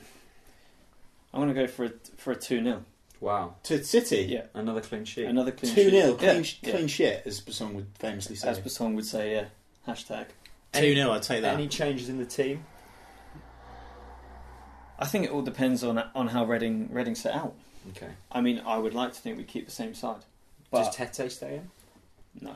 C: I'm going to go for a for a two 0
B: Wow.
D: To City.
C: Yeah,
B: Another clean sheet.
C: another clean
D: Two 0
C: sheet.
D: clean,
C: Yeah,
D: sh-
C: yeah.
D: clean shit, as Basong would famously say.
C: As Basong would say, yeah. Hashtag.
B: Any-
D: 2 0, I'd take that.
B: Any changes in the team?
C: I think it all depends on on how Reading Reading set out.
B: Okay.
C: I mean, I would like to think we keep the same side, but
B: Does Tete stay in?
C: no,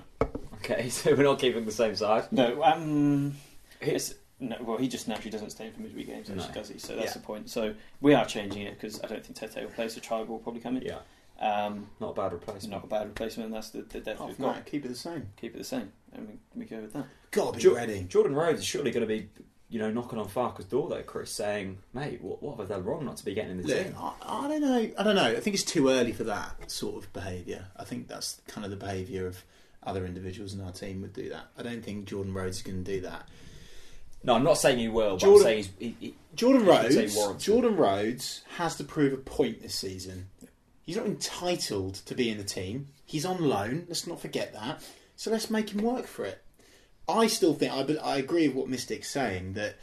B: Okay, so we're not keeping the same side.
C: no. Um,
B: It's-
C: it's, no. Well, he just naturally doesn't stay in for midweek games, actually,
B: No.
C: does he? So that's
D: Yeah.
C: the point. So we are changing it because I don't think Tete will play. So Tribe will probably come in.
B: Yeah.
C: Um,
B: Not a bad
C: it's
B: replacement.
C: not a bad replacement. That's the, the depth
D: Apart
C: we've
D: from
C: got.
D: that, keep it the same.
C: Keep it the same, and we, we go with that.
D: Gotta be
B: Jo-
D: Reading.
B: Jordan Rhodes is surely going to be, you know, knocking on Farker's door though, Chris, saying, mate, what, what have they done wrong not to be getting in the
D: Look,
B: team?
D: I, I don't know. I don't know. I think it's too early for that sort of behaviour. I think that's kind of the behaviour of other individuals in our team would do that. I don't think Jordan Rhodes is going to do that.
B: No, I'm not saying he will, but
D: Jordan-
B: I'm saying he's, he, he,
D: Jordan
B: You could say
D: Rhodes.
B: warranted.
D: Jordan Rhodes has to prove a point this season. He's not entitled to be in the team. He's on loan. Let's not forget that. So let's make him work for it. I still think I, but I agree with what Mystic's saying that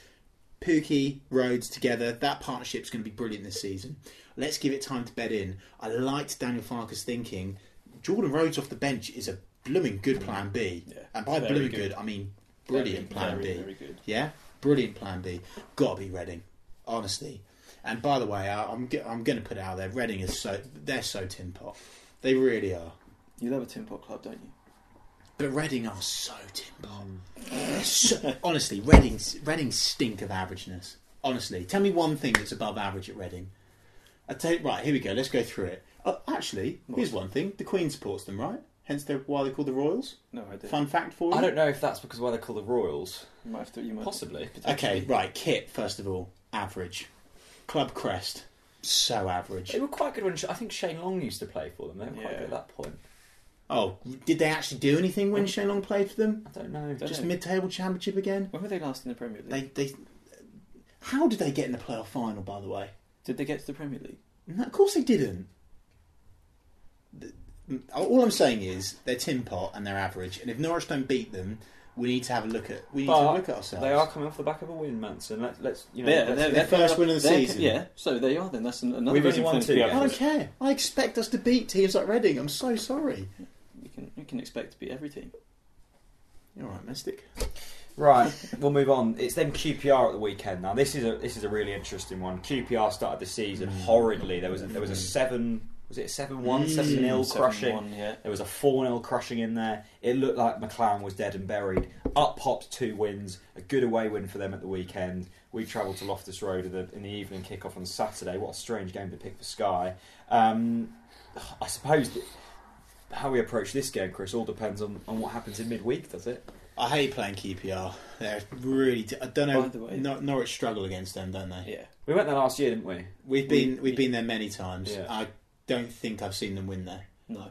D: Pookie, Rhodes together. That partnership's going to be brilliant this season. Let's give it time to bed in. I liked Daniel Farker's thinking. Jordan Rhodes off the bench is a blooming good plan B.
C: Yeah,
D: and by
C: very
D: blooming
C: good.
D: good, I mean brilliant
C: Very,
D: plan
C: very,
D: B.
C: very good.
D: Yeah, brilliant plan B. Gotta be Reading, honestly. And by the way, I, I'm g- I'm going to put it out there. Reading is so they're so tin pot. They really are.
C: You love a tin pot club, don't you?
D: But Reading are so tin pot. They're so, honestly, Reading Reading stink of averageness. Honestly, tell me one thing that's above average at Reading. I tell you, right here we go. Let's go through it. Oh, actually, here's one thing: the Queen supports them, right? Hence, they're why they're called the Royals.
C: No, I did.
D: Fun fact for you.
B: I don't know if that's because why they're called the Royals.
C: You might have thought you might.
B: Possibly.
D: Okay, right. Kit, first of all, average. Club crest, so average.
B: They were quite good when I think Shane Long used to play for them. They were quite
C: Yeah.
B: good at that point.
D: Oh, did they actually do anything when Shane Long played for them?
B: I don't know.
C: Don't
D: Just
C: know.
D: mid-table championship again.
C: When were they last in the Premier League?
D: They, they, how did they get in the playoff final? By the way,
C: Did they get to the Premier League?
D: no, of course they didn't. The- All I'm saying is they're tin pot and they're average. And if Norwich don't beat them, we need to have a look at we need to
B: But
D: look at ourselves.
B: They are coming off the back of a win, Manson. Let, let's you know.
C: Yeah,
B: let's-
C: they're-
D: their first win of the
C: They're-
D: season.
C: Yeah, so they are then. That's an- another
B: We've
C: reason
B: only won
C: for them to be
B: two
C: up
B: games.
D: I
C: for
D: don't
C: it.
D: care. I expect us to beat teams like Reading. I'm so sorry.
C: You can, you can expect to beat every team.
D: You're all right, Mystic.
B: Right, we'll move on. It's then QPR at the weekend. Now this is a this is a really interesting one. QPR started the season horridly. There was a, there was a seven was it a seven one Mm. seven nil crushing.
C: 7-1, yeah.
B: There was a 4 0 crushing in there. It looked like McLaren was dead and buried. Up popped two wins, a good away win for them at the weekend. We travelled to Loftus Road in the, in the evening kickoff on Saturday. What a strange game to pick for Sky. Um, I suppose that how we approach this game, Chris, all depends on, on what happens in midweek, does it?
D: I hate playing QPR. They're really. I don't know.
C: By the way-
D: Nor- Norwich struggle against them, don't they?
C: Yeah.
B: We went there last year, didn't we?
D: We've been we've been there many times.
B: Yeah.
D: I don't think I've seen them win there.
C: No.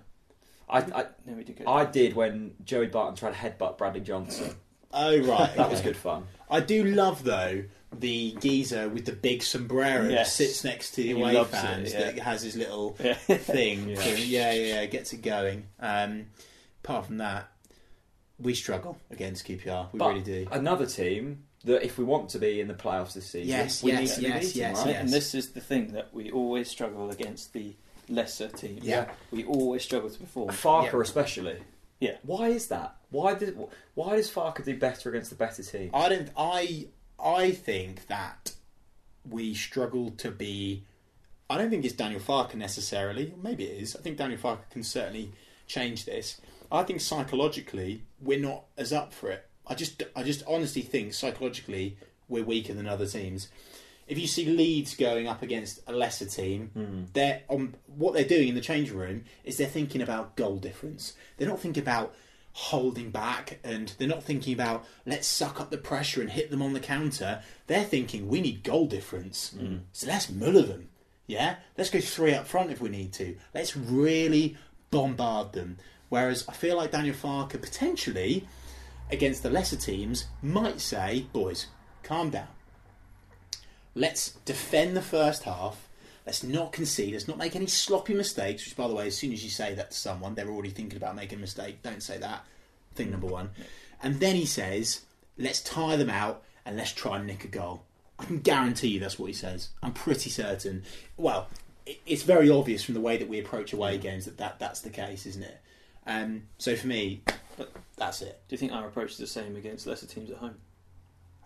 B: I,
C: No, we did
B: I,
C: go.
B: I did when Joey Barton tried to headbutt Bradley Johnson.
D: Oh right,
B: That was
D: okay.
B: good fun.
D: I do love though the geezer with the big sombrero that
C: Yes.
D: sits next to the
C: He
D: away
C: loves it,
D: fans
C: yeah.
D: that has his little
C: Yeah.
D: thing.
B: Yeah.
D: yeah. yeah, yeah, yeah, gets it going. Um, apart from that, we struggle against QPR. We
B: But
D: really do.
B: Another team that, if we want to be in the playoffs this season,
D: Yes,
B: we
D: yes,
B: need to be
D: yes,
B: beating,
D: yes,
B: right?
D: yes.
C: And this is the thing that we always struggle against the lesser teams.
D: Yeah.
C: We always struggle to perform.
B: Farker
D: Yeah.
B: especially.
C: Yeah.
B: Why is that? Why did why does Farker do better against the better team?
D: I don't. I I think that we struggle to be. I don't think it's Daniel Farker necessarily. Maybe it is. I think Daniel Farker can certainly change this. I think psychologically we're not as up for it. I just I just honestly think psychologically we're weaker than other teams. If you see Leeds going up against a lesser team, they're on what they're doing in the changing room is they're thinking about goal difference. They're not thinking about holding back and they're not thinking about let's suck up the pressure and hit them on the counter. They're thinking we need goal difference. So let's muller them. Yeah? Let's go three up front if we need to. Let's really bombard them. Whereas I feel like Daniel Farker potentially against the lesser teams might say, boys, calm down. Let's defend the first half. Let's not concede. Let's not make any sloppy mistakes. Which, by the way, as soon as you say that to someone, they're already thinking about making a mistake. Don't say that. Thing number one. And then he says, let's tire them out and let's try and nick a goal. I can guarantee you that's what he says. I'm pretty certain. Well, it- it's very obvious from the way that we approach away games that, that that's the case, isn't it? Um, so for me, that's it.
C: Do you think our approach is the same against lesser teams at home?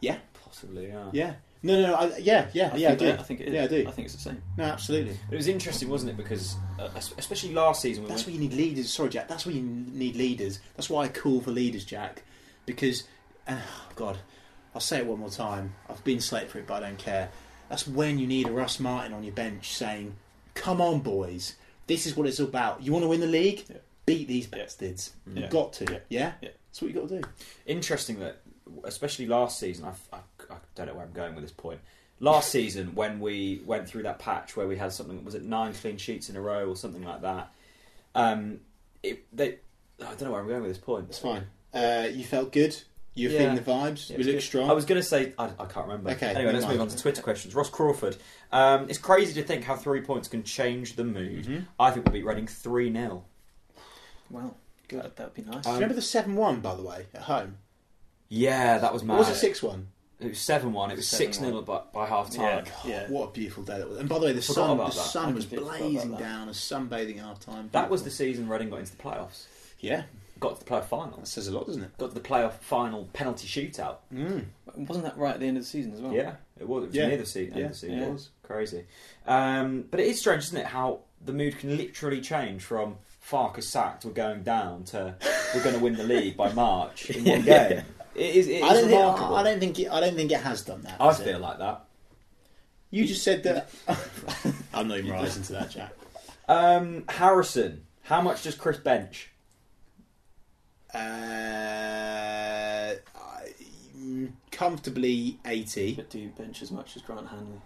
D: Yeah,
B: Possibly, yeah.
D: yeah. No, no, no. I, yeah, yeah,
C: I
D: yeah. I
C: think
D: do.
C: I think it is.
D: Yeah, I do.
C: I think it's the same.
D: No, absolutely.
B: But it was interesting, wasn't it? Because uh, es- especially last season, we
D: That's
B: went,
D: where you need leaders. Sorry, Jack. That's where you need leaders. That's why I call for leaders, Jack. Because, uh, God, I'll say it one more time. I've been slated for it, but I don't care. That's when you need a Russ Martin on your bench saying, "Come on, boys, this is what it's all about. You want to win the league?
C: Yeah.
D: Beat these
C: Yeah.
D: bastards.
C: Yeah.
D: You've got to.
C: Yeah.
D: Yeah.
C: Yeah.
D: That's what you got to do.
B: interesting that especially last season. I, I, I don't know where I'm going with this point. Last season, when we went through that patch where we had something, was it nine clean sheets in a row or something like that? Um, it, they, I don't know where I'm going with this point.
D: That's fine. Uh, you felt good. You're
B: Yeah.
D: feeling the vibes.
B: Yeah,
D: we
B: it's
D: look
B: good.
D: strong.
B: I was going to say I, I can't remember.
D: Okay,
B: Anyway, let's
D: never
B: move on
D: mind.
B: to Twitter questions. Ross Crawford. Um, it's crazy to think how three points can change the mood. I think we'll beat Reading three 0
C: Well, that would be nice.
D: Um, Do you remember the seven-one by the way at home?
B: Yeah, that was mad.
D: Uh, Or was it six-one?
B: It was seven one. It was six 0 by, by half
C: Yeah,
B: time.
C: yeah.
D: What a beautiful day that was. And by the way, the
B: Forgot
D: sun, the
B: about that.
D: sun
C: I
D: was
C: completely forgot
D: blazing
C: about that.
D: down, a sunbathing half time.
B: That was the season Reading got into the playoffs.
D: Yeah,
B: Got to the playoff
D: that
B: finals.
D: says a lot, doesn't it?
B: Got to the playoff final penalty shootout.
C: Wasn't that right at the end of the season as well?
B: Yeah, it was. It was
D: Mm. Yeah.
B: near the season. End
D: Yeah.
B: of the season.
C: Yeah.
B: It was crazy. Um, but it is strange, isn't it? How the mood can literally change from Farkas sacked, we're going down, to we're going to win the league by March in one
D: Yeah.
B: game. It is. It
D: I
B: is
D: don't, think,
B: remarkable.
D: I don't think it, I don't think it has done that.
B: I
D: has it?
B: feel like that.
D: you just said that. I'm not even rising to that, Jack.
B: Um, Harrison, how much does Chris bench?
D: Uh, I- mm, comfortably 80.
C: But do you bench as much as Grant Hanley?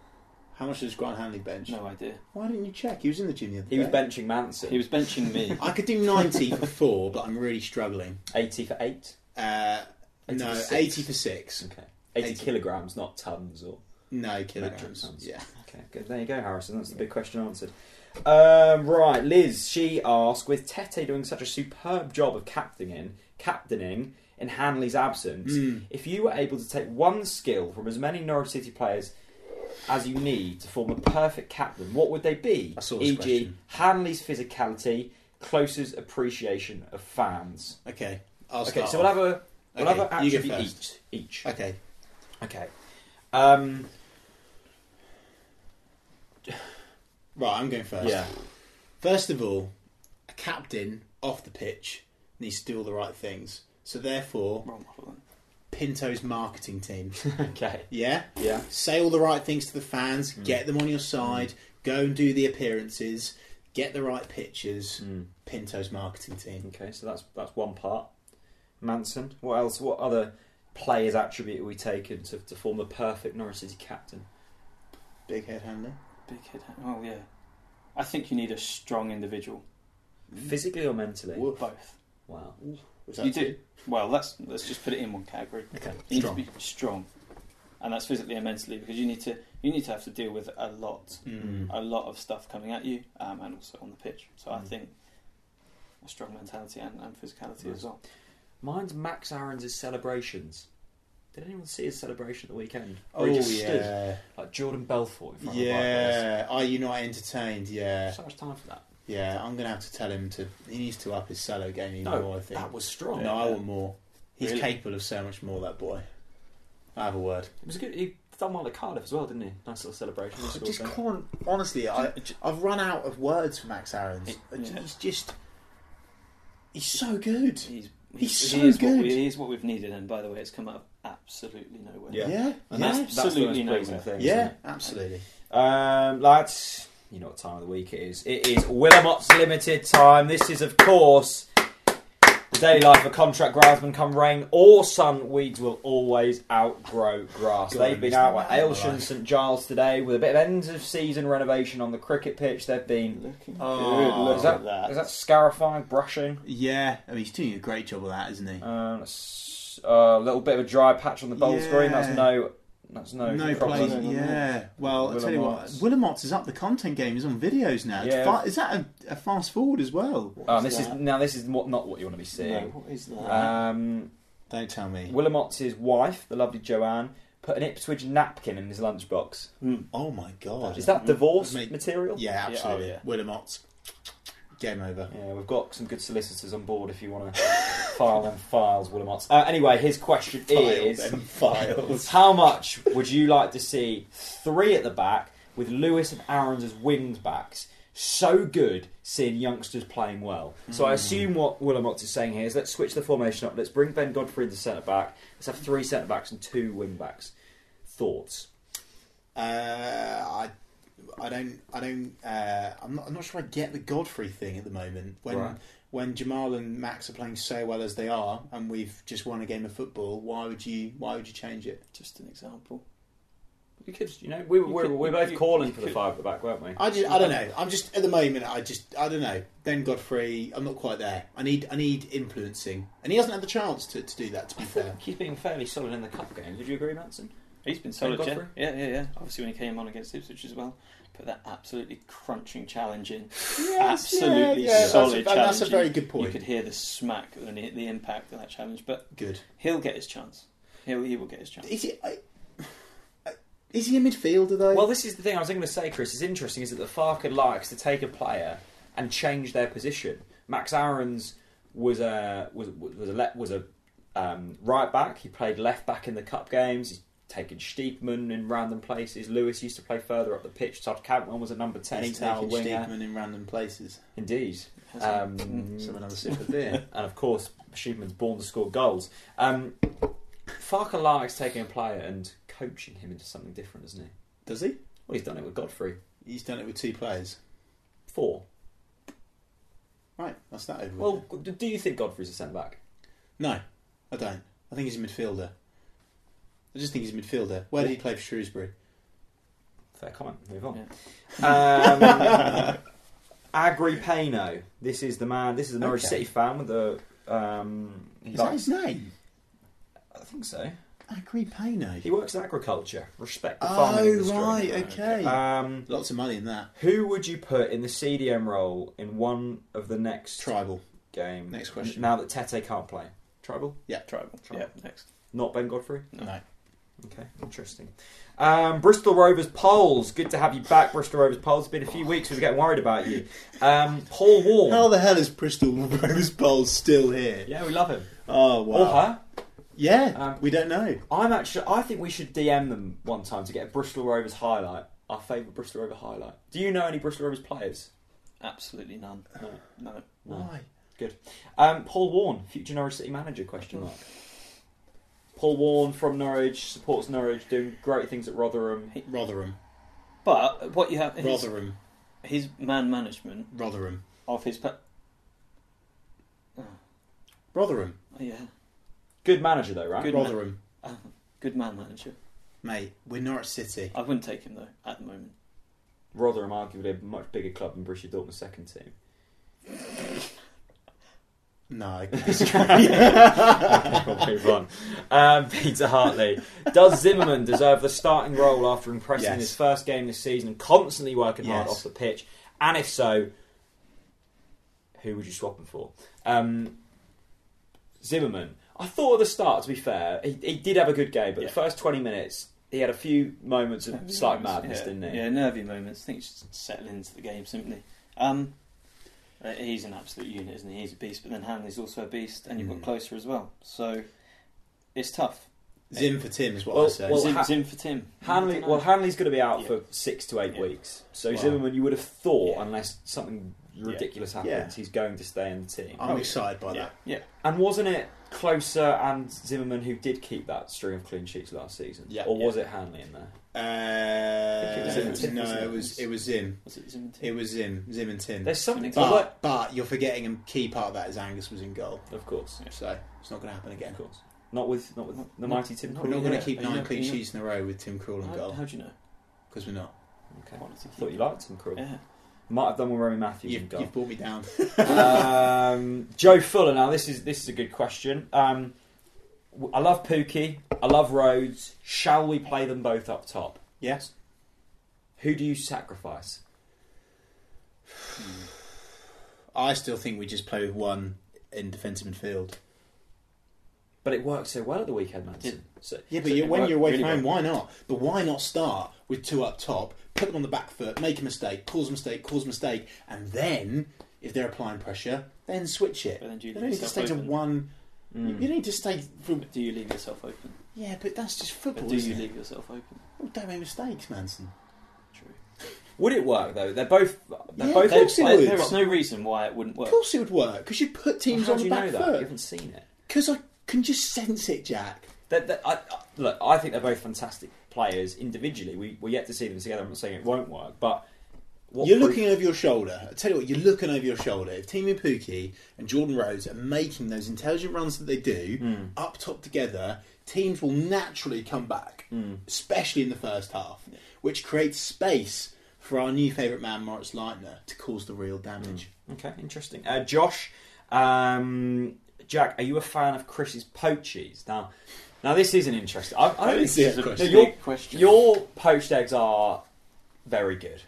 D: How much does Grant Hanley bench?
C: No idea.
D: Why didn't you check? He was in the gym the other
B: He was
D: day.
B: benching Manson.
C: He was benching me.
D: I could do 90 for four, but I'm really struggling.
B: eighty for eight.
D: Uh,
B: 80
D: no,
B: for six.
D: 80 for six.
B: Okay, eighty,
D: 80.
B: kilograms, not tons or.
D: No
B: Metric
D: kilograms.
B: tons.
D: Yeah.
B: Okay, good. There you go, Harrison. That's the big question answered. Um, right, Liz. She asked, with Tete doing such a superb job of captaining, captaining in Hanley's absence,
D: Hmm.
B: if you were able to take one skill from as many Norwich City players as you need to form a perfect captain, what would they be?
D: I saw this
B: E.g.,
D: question.
B: Hanley's physicality, Close's appreciation of fans.
D: Okay. I'll
B: Okay,
D: start
B: so we'll
D: off.
B: have a we'll
D: Okay,
B: have an
D: you go
B: attribute each.
D: first.
B: Each.
D: Okay.
B: Okay. Um,
D: Right, I'm going first.
B: yeah.
D: First of all, a captain off the pitch needs to do all the right things. So therefore,
C: Role model.
D: Pinto's marketing team.
B: Okay.
D: Yeah?
B: Yeah. Mm.
D: Say all the right things to the fans, get them on your side, go and do the appearances, get the right pictures.
B: Mm.
D: Pinto's marketing team.
B: Okay, so that's that's one part. Manson. What else? What other player's attribute are we taking to, to form the perfect Norwich City captain?
D: Big head handler.
C: Big kid. Oh yeah. I think you need a strong individual.
D: Mm.
B: Physically or mentally?
D: Woof.
C: Both.
B: Wow.
D: Was
C: You do. Well, let's let's just put it in one category.
B: Okay.
C: You
D: Strong.
C: need to be strong, and that's physically and mentally because you need to you need to have to deal with a lot,
D: Mm.
C: a lot of stuff coming at you, um, and also on the pitch. So I
B: Mm.
C: think a strong mentality and, and physicality
B: Nice.
C: as well.
B: Mine's Max Aaron's celebrations. Did anyone see his celebration at the weekend?
D: Oh
B: Where he just stood
D: yeah,
B: like Jordan Belfort in front of the
D: yeah. Are you not entertained? Yeah,
B: bike race. So much time for that.
D: yeah. I'm gonna have to tell him to. He needs to up his solo game even
B: No,
D: more. I think.
B: That was strong.
D: no, I want more. He's
C: Really?
D: capable of so much more. That boy. I have a word.
B: It was good. He done well at Cardiff as well, didn't he? Nice little celebration.
D: I
B: Scored
D: Oh, just
B: there.
D: can't. Honestly, I, I've run out of words for Max Aaron's.
C: Yeah.
D: He's just. He's so good.
C: He's
D: He's
C: he
D: so
C: is
D: good.
C: What we, he is what we've needed, and by the way, it's come out of absolutely nowhere.
B: Yeah.
D: Yeah,
B: And
D: yeah,
B: that's, that's the
C: Absolutely
B: most pleasing
C: nowhere.
B: thing. isn't
D: yeah,
B: it?
D: absolutely.
B: Um, lads, you know what time of the week it is. It is Willamott's Limited time. This is, of course, the daily life of contract groundsman come rain or sun. Weeds will always outgrow grass.
D: God, I
B: They've been
D: missed
B: out
D: that
B: at
D: one,
B: Aylsham
D: right.
B: St Giles today with a bit of end of season renovation on the cricket pitch. They've been.
C: Looking
D: Oh,
C: good. Look
B: Ah, is
C: at
B: that,
C: that.
B: is that scarifying, brushing?
D: Yeah, I mean, he's doing a great job of that, isn't he?
B: Um, s- uh, a little bit of a dry patch on the bowl
D: Yeah.
B: screen. That's no. That's no.
D: no
B: problem.
D: plays. Yeah. Well, I tell you what, Willamott's is up. The content game is on videos now. It's
B: Yeah.
D: fa- is that a, a fast forward as well?
B: Um, this is
C: that?
B: now. This is what, not what you want to be
C: No,
B: seeing.
C: what is that?
B: Um,
D: Don't tell me.
B: Willamott's wife, the lovely Joanne, put an Ipswich napkin in his lunchbox.
D: oh my god.
B: Is that divorce
D: Mate.
B: material?
D: Yeah,
C: Yeah,
D: absolutely.
C: oh, yeah.
D: Willamott's. Game over.
B: Yeah, we've got some good solicitors on board if you want to file them files, Willamott's. Uh, anyway, his question is
D: Files and files.
B: How much would you like to see three at the back with Lewis and Aaron's as wing backs? So good seeing youngsters playing well. So I assume what Willemot is saying here is let's switch the formation up. Let's bring Ben Godfrey into centre back. Let's have three centre backs and two wing backs. Thoughts?
D: Uh, I, I don't, I don't. Uh, I'm not. I'm not sure I get the Godfrey thing at the moment. When
B: Right.
D: when Jamal and Max are playing so well as they are, and we've just won a game of football, why would you? Why would you change it?
C: Just an example.
B: You could, you know, we were,
C: You
B: we
C: could-
B: were, we were
C: you-
B: both
C: you-
B: calling
C: you
B: for the
C: could-
B: five at the back, weren't we?
D: I just, I don't know. I'm just at the moment. I just, I don't know. Ben Godfrey, I'm not quite there. I need, I need influencing, and he hasn't had the chance to, to do that. To be fair,
B: He's been fairly solid in the cup game. Would you agree, Manson?
C: He's been solid, yeah.
B: Godfrey?
C: yeah, yeah, yeah. Obviously, when he came on against Ipswich as well, put that absolutely crunching challenge in. absolutely
D: yeah, yeah, that's a-
C: solid
D: and
C: challenge.
D: that's a very good
C: You
D: point.
C: could hear the smack and the, the impact of that challenge, but
D: good.
C: he'll get his chance. He'll he will get his chance.
D: Is it? I, Is he a midfielder though?
B: Well, this is the thing I was going to say, Chris. Is interesting is that the Farker likes to take a player and change their position. Max Aaron's was a was was a le- was a um, right back. He played left back in the cup games. He's taken Steepman in random places. Lewis used to play further up the pitch. Todd Cantwell was a number ten.
D: he's
B: He's now a
D: taking
B: winger.
D: Steepman in random places.
B: Indeed. Um,
D: Hmm, So another sip of beer.
B: and of course, Sheepman's born to score goals. Um, Farker likes taking a player and coaching him into something different, doesn't he?
D: Does he?
B: Well, he's done it with Godfrey.
D: He's done it with two players.
B: Four.
D: Right, that's that over.
B: Well,
D: with.
B: g- do you think Godfrey's a centre back?
D: no, I don't. I think he's a midfielder. I just think he's a midfielder. Where did he play for Shrewsbury?
B: Fair comment. Move on. Um, Agri Pano. This is the man. This is a Norwich
D: Okay.
B: City fan with the. Um, he
D: Is that
B: likes,
D: his name?
B: I think so.
D: Agri Pano.
B: He works in agriculture. Respect the farming
D: Oh
B: industry.
D: right, okay.
B: Um,
D: Lots of money in that.
B: who would you put in the CDM role in one of the next
D: Tribal.
B: game?
D: Next question.
B: Now that Tete can't play, tribal,
C: Tribal.
B: Tribal.
C: Yeah, next.
B: not Ben Godfrey.
D: No.
B: Okay, interesting. Um, Bristol Rovers polls. Good to have you back, Bristol Rovers polls. It's been a few weeks. We were getting worried about you. Um, Paul Warren.
D: How the hell is Bristol Rose Bowl still here?
B: Yeah, we love him.
D: Oh wow.
B: Or her.
D: Yeah,
B: Um,
D: we don't know.
B: I'm actually. I think we should DM them one time to get a Bristol Rovers highlight. Our favourite Bristol Rovers highlight. Do you know any Bristol Rovers players?
C: Absolutely none.
B: No.
C: No.
D: Why?
B: Good. Um, Paul Warren, future Norwich City manager? Question mark. Paul Warren from Norwich supports Norwich, doing great things at Rotherham.
D: Rotherham.
C: But what you have his,
D: Rotherham.
C: his man management
D: Rotherham.
C: of his pe-
D: Rotherham.
C: yeah
B: Good manager though, right?
C: Good man-
D: Rotherham.
C: good man manager.
D: Mate, we're Norwich City.
C: I wouldn't take him though at the moment.
B: Rotherham, arguably a much bigger club than Borussia Dortmund's second team.
D: No. I-
B: We'll move on. Um, Peter Hartley. Does Zimmerman deserve the starting role after impressing in
D: Yes.
B: his first game this season and constantly working hard
D: Yes.
B: off the pitch? And if so, who would you swap him for? Um, Zimmerman. I thought at the start, to be fair, he, he did have a good game, but
C: Yeah.
B: the first 20 minutes, he had a few moments of slight madness,
C: yeah,
B: didn't he?
C: Yeah, nervy moments. I think he's just settled into the game simply. Um, uh, he's an absolute unit, isn't he? He's a beast, but then Hanley's also a beast, and you've got
D: Mm.
C: closer as well. So it's tough.
D: Zim for Tim is what I
B: Well-
D: say.
B: well,
C: Zim,
B: Ha-
C: Zim for Tim.
B: Hanley,
C: I don't know.
B: well, Hanley's going to be out
C: Yeah.
B: for six to eight
C: Yeah.
B: weeks. So
D: Wow.
B: Zimmerman, you would have thought,
C: Yeah.
B: unless something ridiculous happens,
D: Yeah.
B: he's going to stay in the team.
D: I'm excited by
C: yeah,
D: that.
C: yeah.
B: And wasn't it closer and Zimmerman who did keep that string of clean sheets last season?
D: Yeah.
B: or was it Hanley in there?
D: Uh,
C: I think it was Tim,
D: no,
B: wasn't it?
D: it was it was Zim.
C: Was it Zim and Tim?
D: It was Zim. Zim and Tim.
B: There's something.
C: But-
B: although-
D: But, but you're forgetting a key part of that is Angus was in goal,
B: of course,
D: so it's not going to happen again.
B: of course. Not with not with
C: Not-
B: the mighty Tim.
C: not
D: We're
B: Krul.
D: not going
C: Yeah.
D: to keep
C: Are you
D: nine
C: not-
D: clean
C: are you not-
D: sheets in a row with Tim Krul in
C: how,
D: goal
C: how do you know?
D: because we're not.
B: Okay.
C: Quality
B: I thought you liked Tim Krul.
C: Yeah.
B: Might have done with Remy Matthews
D: You've,
B: and goal.
D: you've brought me down.
B: um, Joe Fuller. Now this is this is a good question. Um, I love Pookie. I love Rhodes. Shall we play them both up top?
D: yes.
B: Who do you sacrifice?
D: I still think we just play with one in defensive midfield.
B: But it worked so well at the weekend, Manson. So,
D: Yeah, but
B: so
D: you
B: it
D: when
B: worked
D: you're away
B: really
D: from
B: well.
D: home, why not? But why not start with two up top, put them on the back foot, make a mistake, cause a mistake, cause a mistake, and then if they're applying pressure, then switch it.
C: But then do you
D: they
C: leave
D: don't need to stay
C: yourself
D: to
C: open? Mm.
D: one. You don't need to stay from.
C: But do you leave yourself open?
D: Yeah, but that's just
C: But
D: football.
C: do
D: isn't
C: you
D: it?
C: leave yourself open?
D: Oh, don't make mistakes, Manson.
C: True.
B: Would it work though? They're both. They're
D: Yeah,
B: both.
D: of course it
B: they're-
C: There-
D: would.
C: There's no reason why it wouldn't
D: Of
C: work.
D: course it would work because you put teams
B: How
D: on
B: do
D: the
B: you know
D: back
B: that? You
D: foot.
B: haven't seen it.
D: Because I can just sense it, Jack.
B: That, that, I, I- look, I think they're both fantastic players individually. We, we're yet to see them together. I'm not saying it won't work, but what
D: you're
B: proof-
D: looking over your shoulder. I tell you what, you're looking over your shoulder. If Timu Puki and Jordan Rhodes are making those intelligent runs that they do up top together, teams will naturally come back, especially in the first half, which creates space for our new favourite man, Moritz Leitner, to cause the real damage.
B: Okay, interesting. Uh, Josh, um, Jack, are you a fan of Chris's poached eggs? Now, now this is an interesting. I, I
D: I
B: don't
D: didn't see
B: think
D: that question.
B: no, your,
C: Big question.
B: your poached eggs are very good.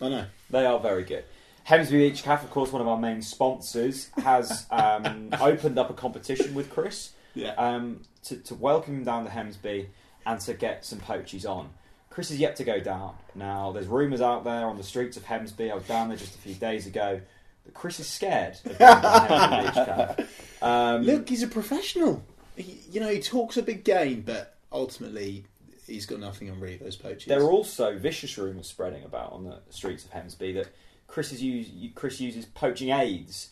D: I know.
B: They are very good. Hemsby Beach Cafe, of course, one of our main sponsors, has um, opened up a competition with Chris
D: Yeah.
B: um, to, to welcome him down to Hemsby and to get some poachies on. Chris is yet to go down. Now, there's rumours out there on the streets of Hemsby. I was down there just a few days ago. That Chris is scared. Of going down Hemsby Beach Camp. Um,
D: Look, he's a professional. He, you know, he talks a big game, but ultimately he's got nothing on really those poachers.
B: There are also vicious rumours spreading about on the streets of Hemsby that Chris, is use, Chris uses poaching aids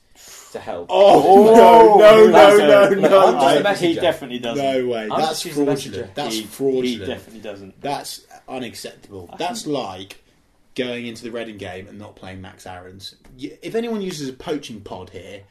B: to help.
D: oh, no, no,
C: That's
D: no,
C: a-
D: no,
B: I'm
D: no,
B: just a mess-
C: He
D: no,
B: messenger.
C: definitely doesn't.
D: way.
B: I'm
D: That's
B: just using messenger.
D: fraudulent. That's
C: he, He
D: fraudulent.
C: definitely doesn't.
D: That's unacceptable. That's like going into the Reading game and not playing Max Aaron's. You, if anyone uses a poaching pod here,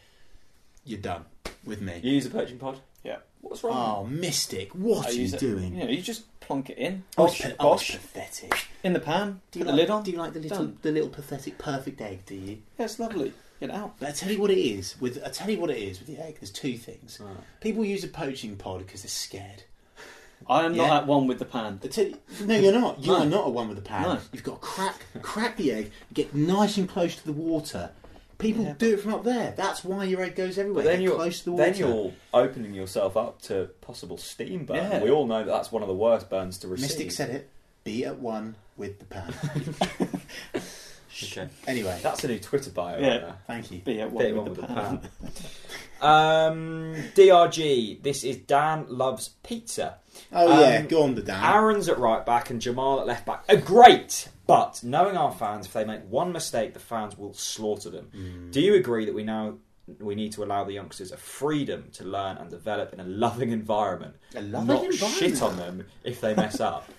D: you're done with me.
B: You use a poaching pod?
C: Yeah.
B: What's wrong?
D: Oh, Mystic, what
C: I
D: are you
C: use it-
D: doing?
C: You know, you just plonk it in.
D: Oh,
C: Bosh,
D: it's pa- oh, it's
C: bosh.
D: pathetic.
C: In the pan.
D: Do you,
C: put the
D: like,
C: lid on.
D: do you like the little,
C: Done.
D: the little pathetic perfect egg? Do you?
C: Yeah, it's lovely. Get it out.
D: But I tell you what it is with I tell you what it is with the egg. There's two things.
B: Right.
D: People use a poaching pod because they're scared.
C: I am
D: Yeah.
C: not at one with the pan.
D: I tell you, no, you're not. You
C: No.
D: are not a one with a pan.
C: No.
D: You've got to crack crack the egg. Get nice and close to the water. People
C: Yeah.
D: do it from up there. That's why your egg goes everywhere.
B: But then
D: Get
B: you're,
D: close to the water.
B: then you're opening yourself up to possible steam burn.
C: Yeah.
B: We all know that that's one of the worst burns to receive.
D: Mystic said it. Be at one with the pan.
B: Okay.
D: anyway,
B: That's a new Twitter bio.
C: Yeah.
B: Right there.
D: thank you.
C: Be at
B: Bit
C: one with, the pan.
B: um, DRG. This is Dan loves pizza.
D: Oh
B: Um,
D: yeah, go on the Dan.
B: Aaron's at right back and Jamal at left back. A great, but knowing our fans, if they make one mistake, the fans will slaughter them.
D: Mm.
B: Do you agree that we now we need to allow the youngsters a freedom to learn and develop in a loving environment,
D: A loving
B: not
D: environment?
B: shit on them if they mess up?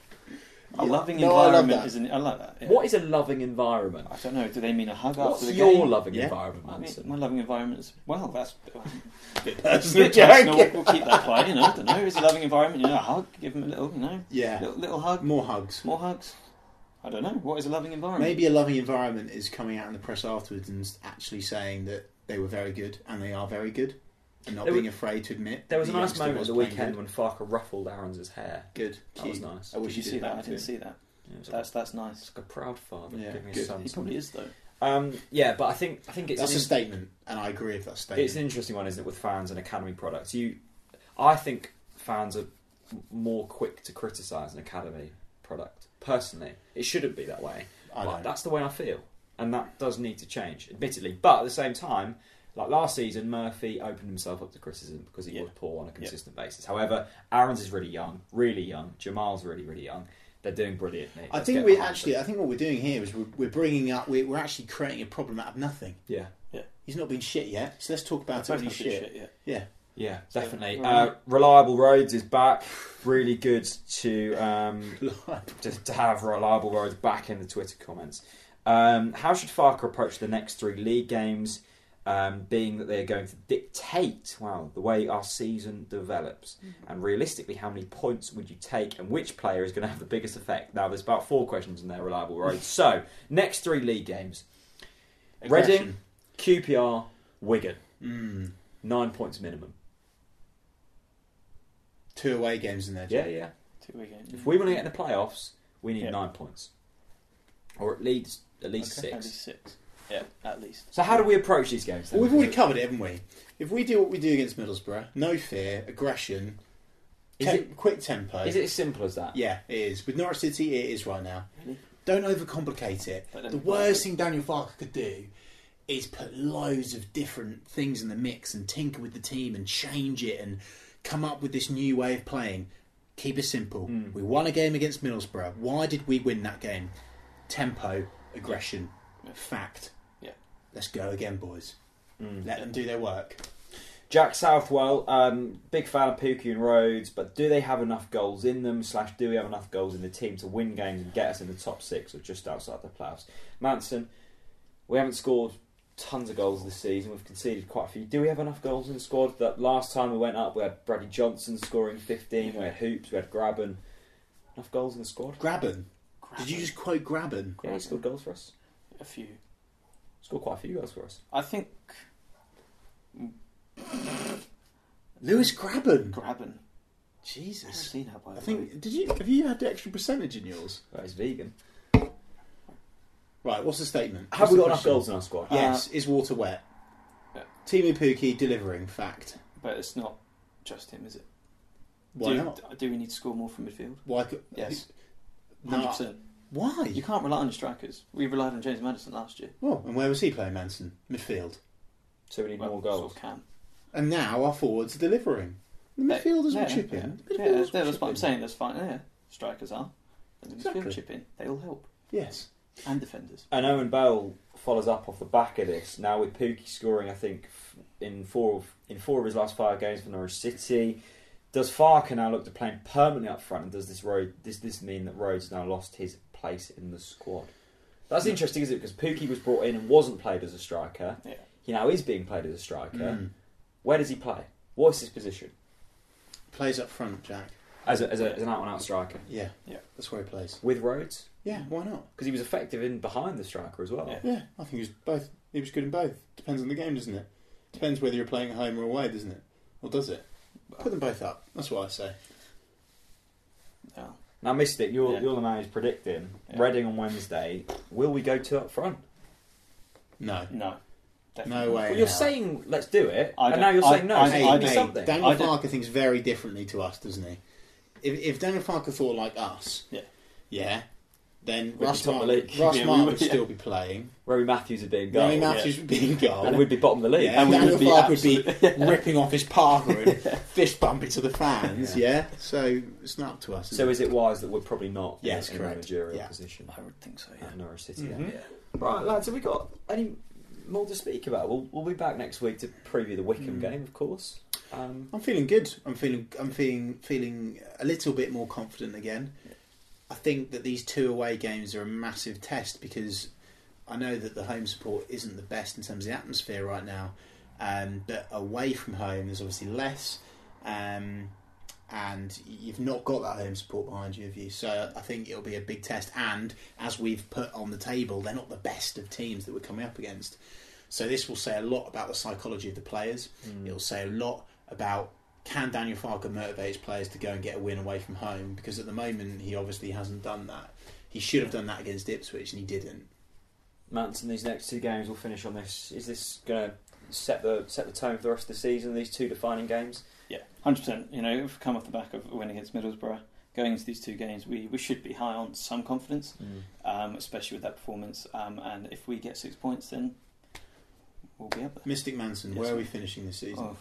C: A loving
D: No, I love
C: environment
D: that.
C: is an. I like that. yeah.
B: What is a loving environment?
C: I don't know. Do they mean a hug
B: What's
C: after the
B: your
C: game?
B: loving
D: Yeah.
B: environment,
C: I mean,
B: Manson?
C: my loving environment is well. That's
D: That's
C: it's a bit
D: the
C: personal.
D: joke.
C: We'll keep that quiet. You know, I don't know. It's a loving environment. You know, a hug. Give them a little. You know,
D: Yeah,
C: little, little hug.
D: more hugs.
C: More hugs. I don't know. What is a loving environment?
D: Maybe a loving environment is coming out in the press afterwards and actually saying that they were very good and they are very good, and not
B: There
D: being
B: was-
D: afraid to admit.
B: There was a
D: the
B: nice
D: youngster
B: moment at
D: was
B: the
D: playing
B: weekend
D: Good.
B: when Farker ruffled Aaron's his hair.
D: Good.
B: That was
D: Cute.
B: nice.
D: I
C: Did
D: wish
C: you see
D: did
C: that? I
D: too.
C: didn't see that.
B: Yeah, it was
C: That's that's nice.
B: like a proud father
D: Yeah,
B: giving
D: good.
B: his son.
C: He
B: something.
C: probably is though.
B: Um, yeah, but I think I think it's
D: That's
B: an
D: a statement, and I agree with that statement.
B: It's an interesting one, isn't it, with fans and academy products? You, I think fans are m- more quick to criticise an academy product. Personally, it shouldn't be that way.
D: I
B: But
D: don't.
B: that's the way I feel, and that does need to change, admittedly. But at the same time, like last season, Murphy opened himself up to criticism because he
C: Yeah.
B: was poor on a consistent basis. However, Aaron's is really young, really young. Jamal's really, really young. They're doing brilliantly.
D: I
B: Let's
D: think
B: get
D: we
B: behind
D: actually,
B: them.
D: I think what we're doing here is we're, we're bringing up, we're, we're actually creating a problem out of nothing.
B: yeah,
D: He's not been shit yet, so let's talk about it.
C: Both
D: when he's
C: not good
D: shit.
C: shit, yeah.
D: Yeah,
B: yeah,
C: So,
B: definitely.
C: right.
B: Uh, Reliable Roads is back. Really good to um, to, to have reliable roads back in the Twitter comments. Um, how should Farker approach the next three league games, um, being that they are going to dictate well the way our season develops, and realistically, how many points would you take, and which player is going to have the biggest effect? Now, there's about four questions in there, reliable roads. so, next three league games: Reading,
D: Aggression.
B: QPR, Wigan,
D: Mm.
B: nine points minimum.
D: Two away games in there. Jack.
B: Yeah, yeah.
C: Two weekends.
B: If we want to get in the playoffs, we need
C: Yeah.
B: nine points, or at least at least
C: Okay, At
B: six.
C: least six. Yeah, at least.
B: So how do we approach these games? Then?
D: Well, we've already covered it, haven't we? If we do what we do against Middlesbrough, no fear, aggression,
B: Is
D: te-
B: it-
D: quick tempo.
B: Is it as simple as that?
D: Yeah, it is. With Norwich City, it is right now.
C: Really?
D: Don't overcomplicate it.
C: But then-
D: The worst thing Daniel Farker could do is put loads of different things in the mix and tinker with the team and change it and come up with this new way of playing. Keep it simple. We won a game against Middlesbrough. Why did we win that game? Tempo, aggression, fact.
C: Yeah.
D: Let's go again, boys. Let them do their work.
B: Jack Southwell, um, big fan of Pookie and Rhodes, but do they have enough goals in them? Slash, do we have enough goals in the team to win games and get us in the top six or just outside the playoffs? Manson, we haven't scored tons of goals this season. We've conceded quite a few. Do we have enough goals in the squad? That last time we went up, we had Brady Johnson scoring fifteen. We had Hoops. We had Graben. Enough goals in the squad?
D: Graben. Did you just quote Graben?
B: Yeah, he scored goals for us.
C: a few?
B: Scored quite a few goals for us.
C: I think
D: Lewis Graben.
C: Graben. I've
D: Jesus.
C: seen that by
D: I
C: the way.
D: think. Did you have you had the extra percentage in yours?
B: But he's vegan.
D: Right. What's the statement?
B: Have
D: What's
B: we
D: the
B: got enough
D: question?
B: goals in our squad?
D: Yes. is water wet?
C: Yeah.
D: Timu Puki delivering fact.
C: but it's not just him, is it?
D: Why
C: do,
D: not?
C: Do we need to score more from midfield?
D: Why? Could,
C: Yes.
D: No.
C: 100%.
D: Why?
C: You can't rely on your strikers. We relied on James Madison last year.
D: Well, and where was he playing, Manson? Midfield.
B: So we need more
C: Sort
B: goals.
C: of can.
D: And now our forwards are delivering. The midfielders
C: yeah,
D: were chipping.
C: Yeah, yeah,
D: Midfielders were
C: that's what I'm
D: chipping.
C: saying. That's fine. Yeah, strikers are. And the
D: Exactly.
C: midfield chip in. They all help.
D: Yes.
C: And defenders.
B: And Owen Bell follows up off the back of this. Now with Pookie scoring, I think f- in four of, in four of his last five games for Norwich City. Does Farker now look to play him permanently up front, and does this road does this mean that Rhodes now lost his place in the squad? That's interesting, isn't it? Because Pookie was brought in and wasn't played as a striker.
C: Yeah.
B: He now is being played as a striker.
D: Mm.
B: Where does he play? What's his position?
D: Plays up front, Jack.
B: As, a, as, a, as an out and out striker
D: Yeah.
C: Yeah. Mm.
D: That's where he plays.
B: with Rhodes,
D: Yeah, why not?
B: because he was effective in behind the striker as well.
C: Yeah.
D: Yeah, I think he was both. He was good in both. Depends on the game, doesn't it? Depends whether you're playing at home or away, doesn't it? Or does it? Put them both up. That's what I say.
C: Yeah.
B: Now, Mystic, you're
C: Yeah.
B: you're the man who's predicting
C: Yeah.
B: Reading on Wednesday. Will we go two up front?
D: No.
C: No. Definitely.
D: No way.
B: Well, you're
D: no.
B: saying let's do it,
C: I
B: and
C: don't-
B: now you're
C: I-
B: saying no.
C: I-
B: so
D: Hey,
B: it
C: I
B: could be
D: hey,
C: don't-
B: something.
D: Daniel
C: I don't-
D: Farker thinks very differently to us, doesn't he? If, if Daniel Farker thought like us,
C: Yeah.
D: yeah, then
B: be
D: Ross
B: top of
D: Mark,
B: the league.
D: Ross
C: Yeah, we
D: Mark
C: would,
D: would
C: yeah.
D: still be playing.
B: Rory Matthews would be in goal,
D: Ronnie Matthews would be in goal.
B: and we'd be bottom of the league.
D: yeah,
C: and we
D: Daniel
C: would be
D: Farker would be ripping off his parka and fist bumping to the fans. Yeah. so it's not up to us. is
B: So
D: it?
B: is it wise that we're probably not
D: Yes,
B: in, a
D: correct.
B: managerial
D: Yeah.
B: position
C: I would think so, yeah. Mm-hmm.
B: at Norwich City?
D: Mhm.
B: Right, lads, have we got any more to speak about? We'll, we'll be back next week to preview the
C: Mm.
B: Wickham game, of course. Um,
D: I'm feeling good. I'm feeling I'm feeling feeling a little bit more confident again. I think that these two away games are a massive test because I know that the home support isn't the best in terms of the atmosphere right now, um, but away from home there's obviously less, um, and you've not got that home support behind you, have you? So I think it'll be a big test. And as we've put on the table, they're not the best of teams that we're coming up against. So this will say a lot about the psychology of the players.
C: Hmm.
D: It'll say a lot about can Daniel Farker motivate his players to go and get a win away from home because at the moment he obviously hasn't done that. He should have done that against Ipswich and he didn't.
B: Manson, these next two games, we'll finish on this. Is this going to set the set the tone for the rest of the season? These two defining games.
C: Yeah, hundred percent. You know, if we come off the back of a win against Middlesbrough, going into these two games, we, we should be high on some confidence, um, especially with that performance. Um, and if we get six points, then we'll be up there.
D: Mystic Manson,
C: Yes,
D: where are
C: sir.
D: we finishing this season?
C: Oh,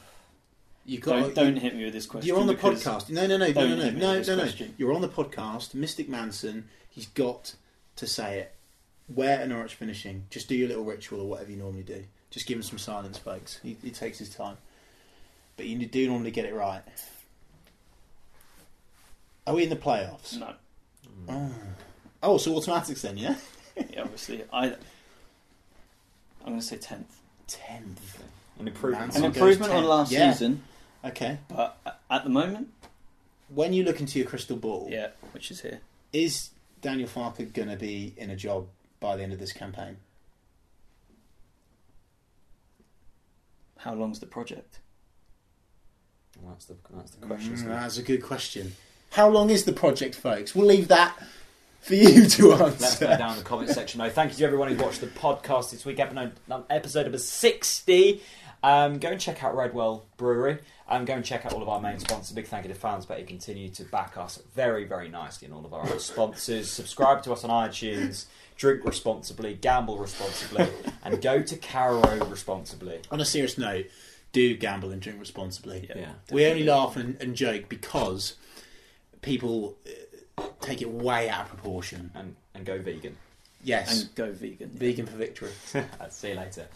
D: you got
C: don't don't hit me with this question.
D: You're on the
C: because-
D: podcast. No, no, no, no,
C: Don't
D: no, no,
C: hit me
D: no,
C: with this
D: no, no.
C: question.
D: You're on the podcast. Mystic Manson, he's got to say it. Where are Norwich finishing? Just do your little ritual or whatever you normally do. Just give him some silence, folks. He, he takes his time. But you do normally get it right. Are we in the playoffs?
C: No,
D: Oh. Oh, so automatics then, yeah?
C: yeah, obviously, I. I'm going to say tenth.
D: 10th.
B: An improvement.
D: So
C: An
D: it goes
C: improvement
D: 10th.
C: on last
D: Yeah.
C: season,
D: Okay.
C: but a- at the moment,
D: When you look into your crystal ball,
C: yeah, which is here.
D: is Daniel Farker going to be in a job by the end of this campaign?
C: How long's the project?
B: Well, that's the that's the question.
D: Mm,
B: isn't it?
D: that's a good question. How long is the project, folks? We'll leave that for you to
B: Let's
D: answer.
B: go down in the comment section. No, thank you to everyone who watched the podcast this week, episode um, episode number sixty. Um, go and check out Redwell Brewery. Um, go and check out all of our main sponsors. Big thank you to fans, but you continue to back us very, very nicely in all of our other sponsors. Subscribe to us on iTunes. Drink responsibly, gamble responsibly, and go to Caro responsibly.
D: On a serious note, do gamble and drink responsibly.
B: Yeah.
D: we only laugh and, and joke because people uh, take it way out of proportion.
B: And and go vegan. Uh,
D: Yes,
C: And go vegan.
D: vegan for victory.
B: See you later.